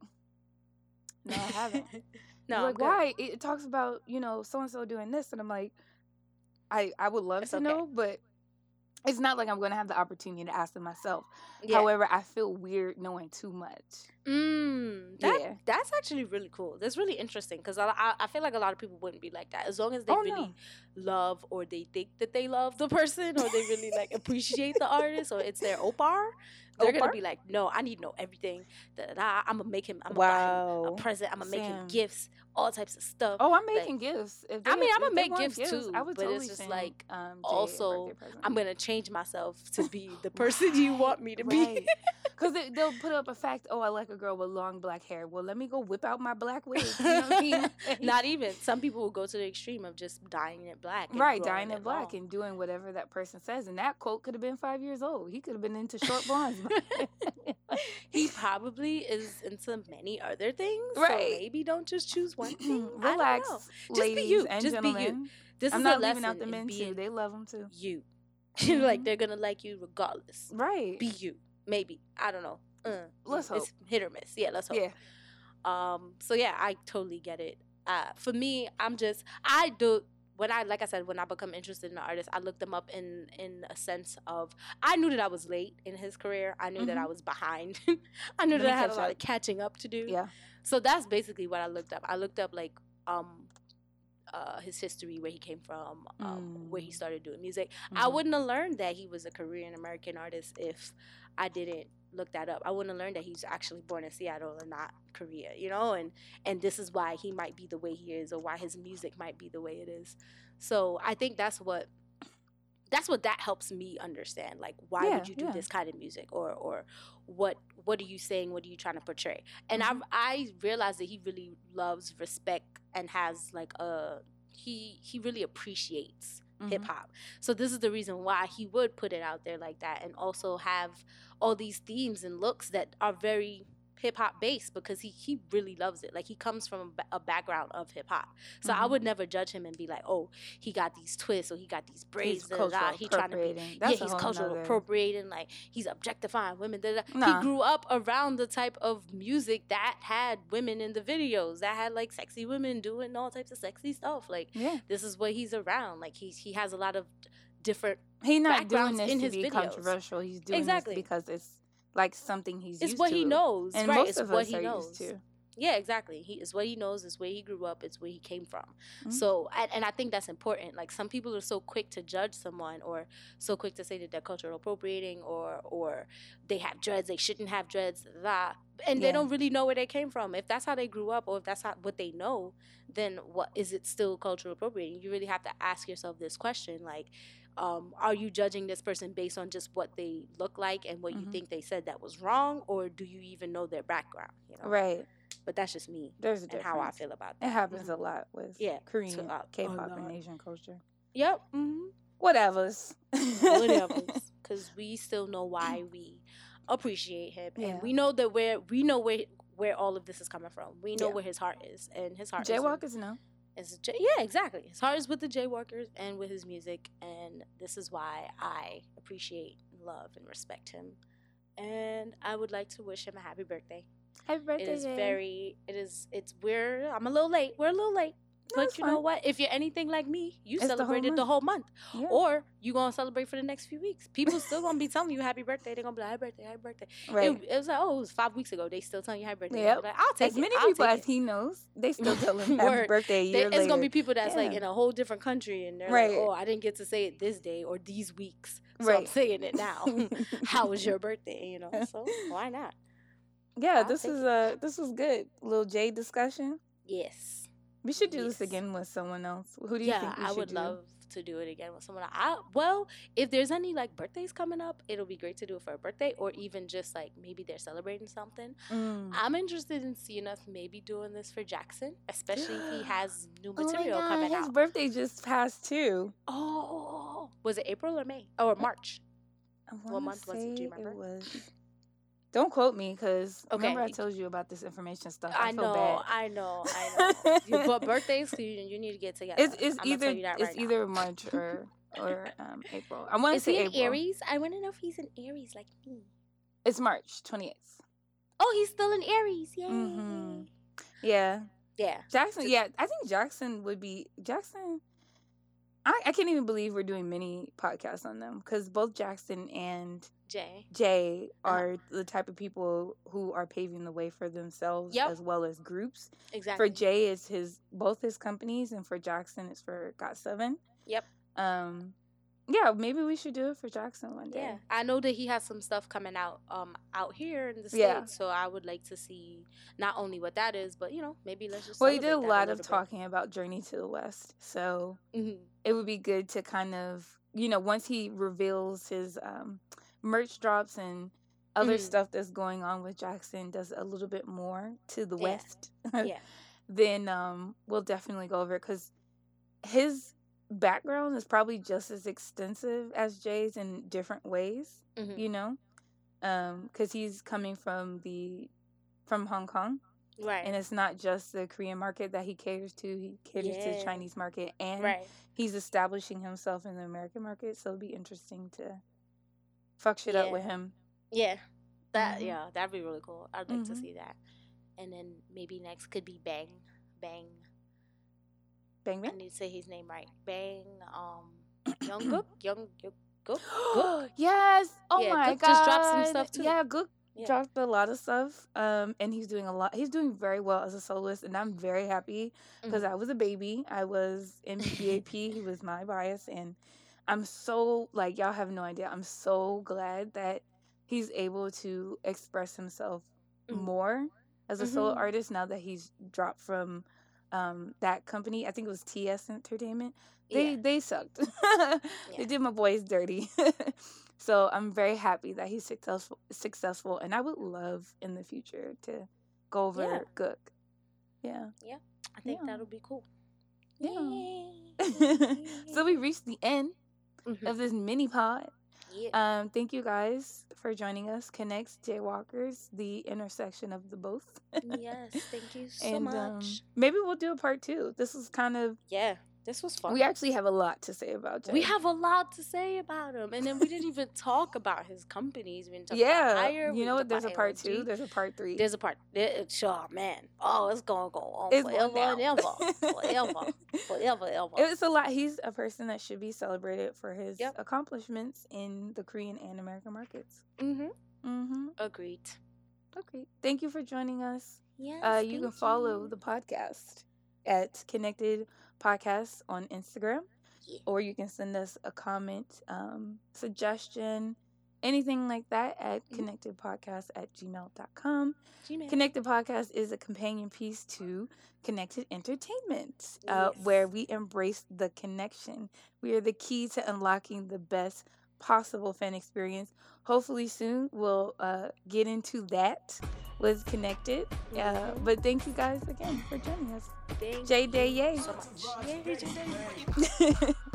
S3: "No, I haven't."
S2: no,
S3: They're
S2: I'm
S3: like
S2: good.
S3: why? It, it talks about you know so and so doing this, and I'm like, "I I would love
S2: It's
S3: to
S2: okay.
S3: know, but it's not like I'm going to have the opportunity to ask them myself."
S2: Yeah.
S3: However, I feel weird knowing too much.
S2: mm, that
S3: yeah.
S2: that's actually really cool. That's really interesting because I, I I feel like a lot of people wouldn't be like that as long as they
S3: Oh
S2: really
S3: no.
S2: love or they think that they love the person or they really like appreciate the artist or it's their opar, they're gonna
S3: Opar?
S2: be like, no, I need to know everything. Da, da, da. I'm gonna make him. I'm gonna buy him
S3: Wow.
S2: a present. I'm gonna make him
S3: Sam.
S2: gifts, all types of stuff.
S3: Oh, I'm making gifts. If
S2: I mean,
S3: if
S2: I'ma
S3: they
S2: make
S3: want
S2: gifts too,
S3: I would
S2: but it's
S3: totally
S2: just
S3: send,
S2: like,
S3: um, Jay a
S2: also,
S3: birthday present.
S2: I'm gonna change myself to be the person you want me to be.
S3: Because they, they'll put up a fact, oh, I like a girl with long black hair. Well, let me go whip out my black wig. You know what I mean? Like,
S2: Not even some people will go to the extreme of just dyeing it black. and
S3: right,
S2: growing
S3: dying it black
S2: long.
S3: and doing whatever that person says. And that quote could have been five years old. He could have been into short blondes.
S2: he probably is into many other things.
S3: Right.
S2: So maybe don't just choose one thing. I don't know.
S3: Relax,
S2: Just be
S3: ladies
S2: you.
S3: and
S2: Just be you.
S3: gentlemen.
S2: This
S3: I'm
S2: is
S3: not
S2: a
S3: leaving
S2: lesson
S3: out the
S2: in
S3: men too.
S2: being
S3: They love them too.
S2: you. like
S3: Mhm.
S2: they're gonna like you regardless.
S3: Right.
S2: Be you. Maybe. I don't know. Uh,
S3: Let's
S2: it's hit or miss. Yeah, let's hope.
S3: yeah.
S2: Um, so yeah, I totally get it. Uh, for me, I'm just I do when I like I said when I become interested in an artist, I look them up in in a sense of I knew that I was late in his career. I knew that I
S3: Mhm.
S2: was behind. I knew
S3: Let
S2: that
S3: me
S2: I had a
S3: catch
S2: lot
S3: up.
S2: of catching up to do.
S3: Yeah.
S2: So that's basically what I looked up. I looked up like um uh his history, where he came from, um, where he
S3: Mm.
S2: started doing music. I
S3: Mhm.
S2: wouldn't have learned that he was a Korean American artist if I didn't looked that up. I wouldn't have learned that he's actually born in Seattle and not Korea, you know, and and this is why he might be the way he is or why his music might be the way it is. So I think that's what that's what that helps me understand. Like why
S3: Yeah,
S2: would you do
S3: yeah.
S2: this kind of music or or what what are you saying? What are you trying to portray? And
S3: Mhm.
S2: I I realized that he really loves respect and has like a he he really appreciates hip
S3: Mhm.
S2: hop. So this is the reason why he would put it out there like that and also have all these themes and looks that are very hip hop based because he he really loves it. Like he comes from a ba- a background of hip hop. So I
S3: Mhm.
S2: would never judge him and be like, "Oh, he got these twists or he got these braids."
S3: He's
S2: da, da, da,
S3: cultural
S2: ah, He trying to be
S3: appropriating. That's a
S2: yeah, he's
S3: whole
S2: cultural
S3: nother-
S2: appropriating, like he's objectifying women. Da, da. da.
S3: Nah.
S2: He grew up around the type of music that had women in the videos, that had like sexy women doing all types of sexy stuff. Like
S3: Yeah,
S2: this is what he's around. Like he's he has a lot of different.
S3: he's not doing
S2: backgrounds
S3: this
S2: in
S3: to
S2: his
S3: be
S2: videos.
S3: controversial. He's doing
S2: Exactly.
S3: this because it's like something he's
S2: It's
S3: used
S2: what
S3: to.
S2: he knows,
S3: and
S2: right?
S3: most
S2: It's
S3: of
S2: what
S3: us
S2: he
S3: are
S2: knows.
S3: used to.
S2: Yeah, exactly. He is what he knows. It's where he grew up. It's where he came from.
S3: Mhm.
S2: So, and, and I think that's important. Like some people are so quick to judge someone, or so quick to say that they're cultural appropriating, or or they have dreads, they shouldn't have dreads, that, and
S3: Yeah.
S2: they don't really know where they came from. If that's how they grew up, or if that's how, what they know, then what is it still cultural appropriating? You really have to ask yourself this question, like. Um, are you judging this person based on just what they look like and what you
S3: Mhm.
S2: think they said that was wrong, or do you even know their background? You know?
S3: Right.
S2: But that's just me
S3: There's a
S2: and
S3: difference.
S2: how I feel about that.
S3: It happens
S2: Mhm.
S3: a lot with
S2: Yeah, oh,
S3: Korean,
S2: a- a
S3: K-pop, and
S2: lot.
S3: Asian culture.
S2: Yep. hmm
S3: Whatever's.
S2: Whatever. Because we still know why we appreciate him,
S3: Yeah.
S2: and we know that where we know where where all of this is coming from. We know
S3: Yeah.
S2: where his heart is, and his heart is in-
S3: Jaywalkers know.
S2: is J- yeah, exactly. His heart is with the Jaywalkers and with his music, and this is why I appreciate, love, and respect him. And I would like to wish him a happy birthday.
S3: Happy birthday!
S2: It is very. It is. It's. We're. I'm a little late. We're a little late.
S3: No,
S2: but
S3: it's
S2: you know
S3: fine.
S2: what? If you're anything like me, you
S3: It's the whole
S2: celebrated the
S3: month.
S2: whole month,
S3: Yeah,
S2: or you gonna celebrate for the next few weeks. People still gonna be telling you happy birthday. They're gonna be like happy birthday, happy birthday.
S3: right.
S2: It, it was like oh, it was five weeks ago. They still telling you happy birthday. I'm
S3: Yep.
S2: Like, I'll take
S3: as
S2: it.
S3: many
S2: I'll
S3: people
S2: take
S3: as
S2: it.
S3: he knows, they still tell him happy
S2: Word.
S3: birthday a
S2: There-
S3: year
S2: it's gonna be
S3: later.
S2: people that's like
S3: Yeah.
S2: in a whole different country, and they're
S3: Right.
S2: like, "Oh, I didn't get to say it this day or these weeks, so I'm
S3: Right.
S2: saying it now." How was your birthday? You know, so why not?
S3: Yeah,
S2: I'll
S3: this
S2: take
S3: is a this was good little J discussion.
S2: Yes.
S3: We should do this
S2: Yes.
S3: again with someone else. Who do you
S2: yeah,
S3: think we
S2: I
S3: should
S2: would
S3: do?
S2: love to do it again with someone. I well, if there's any like birthdays coming up, it'll be great to do it for a birthday or even just like maybe they're celebrating something.
S3: Mm.
S2: I'm interested in seeing us maybe doing this for Jackson, especially if he has new
S3: Oh my
S2: material
S3: God,
S2: coming
S3: his
S2: out.
S3: birthday just passed too.
S2: Oh, was it April or May or March?
S3: I wanna
S2: month was it? Do you
S3: say
S2: remember?
S3: was- Don't quote me because remember I
S2: Okay.
S3: told you about this information stuff. I,
S2: I
S3: feel
S2: know,
S3: bad.
S2: I know, I know. You- but birthdays, you, you need to get together.
S3: It's, it's
S2: I'ma
S3: either
S2: tell you that
S3: it's
S2: right now.
S3: either March or or um, April. I want to
S2: Is he
S3: say
S2: an
S3: April.
S2: Aries? I want to know if he's an Aries like me.
S3: It's March twenty eighth.
S2: Oh, he's still an Aries. Yay.
S3: Mhm. Yeah,
S2: Yeah.
S3: Jackson.
S2: Just-
S3: Yeah, I think Jackson would be Jackson. I, I can't even believe we're doing mini podcasts on them because both Jackson and
S2: Jay.
S3: Jay
S2: Uh-huh.
S3: are the type of people who are paving the way for themselves
S2: Yep.
S3: as well as groups.
S2: Exactly.
S3: For Jay, it's his both his companies, and for Jackson, it's for Got Seven.
S2: Yep.
S3: Um, yeah, maybe we should do it for Jackson one day.
S2: Yeah, I know that he has some stuff coming out um out here in the states,
S3: Yeah.
S2: so I would like to see not only what that is, but you know maybe let's just.
S3: Well, he did a
S2: celebrate that
S3: lot of
S2: little bit.
S3: talking about Journey to the West, so
S2: Mhm.
S3: it would be good to kind of you know once he reveals his um, merch drops and other
S2: Mhm.
S3: stuff that's going on with Jackson, does a little bit more to the
S2: Yeah.
S3: West.
S2: yeah,
S3: then um, we'll definitely go over it because his background is probably just as extensive as Jay's in different ways,
S2: Mhm.
S3: you know, because he's coming from the from Hong Kong,
S2: right,
S3: and it's not just the Korean market that he caters to; he caters to the
S2: Yeah.
S3: Chinese market, and
S2: right.
S3: he's establishing himself in the American market. So it'll be interesting to fuck shit up
S2: Yeah.
S3: with him.
S2: Yeah, that
S3: Mhm.
S2: yeah, that'd be really cool. I'd like to
S3: Mhm.
S2: see that, and then maybe next could be Bang, Bang.
S3: Bang
S2: I
S3: bang.
S2: need to say his name right. Bang, um, Youngkook, Young, Youngkook.
S3: yes. Oh
S2: Yeah,
S3: my
S2: Gook
S3: god.
S2: just dropped some stuff, too.
S3: Yeah, Gook
S2: Yeah.
S3: dropped a lot of stuff. Um, and he's doing a lot. He's doing very well as a soloist, and I'm very happy because
S2: Mm-hmm.
S3: I was a baby. I was in BAP. he was my bias, and I'm so like y'all have no idea. I'm so glad that he's able to express himself
S2: Mhm.
S3: more as a solo
S2: Mhm.
S3: artist now that he's dropped from um, that company. I think it was TS Entertainment. They
S2: Yeah.
S3: they sucked.
S2: Yeah.
S3: They did my boys dirty. so I'm very happy that he's successful successful and I would love in the future to go over
S2: Yeah.
S3: Gook. Yeah.
S2: I think
S3: Yeah.
S2: that'll be cool.
S3: Yeah.
S2: Yay.
S3: so we reached the end
S2: Mhm.
S3: of this mini pod.
S2: yeah.
S3: Um, thank you guys for joining us. Connects Jaywalkers, the intersection of the both.
S2: yes, thank you so
S3: and
S2: much.
S3: um, maybe we'll do a part two. This is kind of
S2: yeah, this was fun.
S3: we actually have a lot to say about Jay.
S2: We have a lot to say about him, and then we didn't even talk about his companies. We didn't talk
S3: yeah.
S2: about Hire. we
S3: you know what?
S2: didn't talk
S3: There's a
S2: about
S3: part two.
S2: AOG.
S3: There's a part three.
S2: There's a part. There, oh man, oh it's gonna go on
S3: It's going
S2: forever and ever,
S3: down.
S2: forever, forever, ever.
S3: It's a lot. He's a person that should be celebrated for his
S2: Yep. Mm-hmm.
S3: Mm-hmm,
S2: Uh,
S3: Uh, um,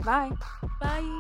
S3: uh, uh,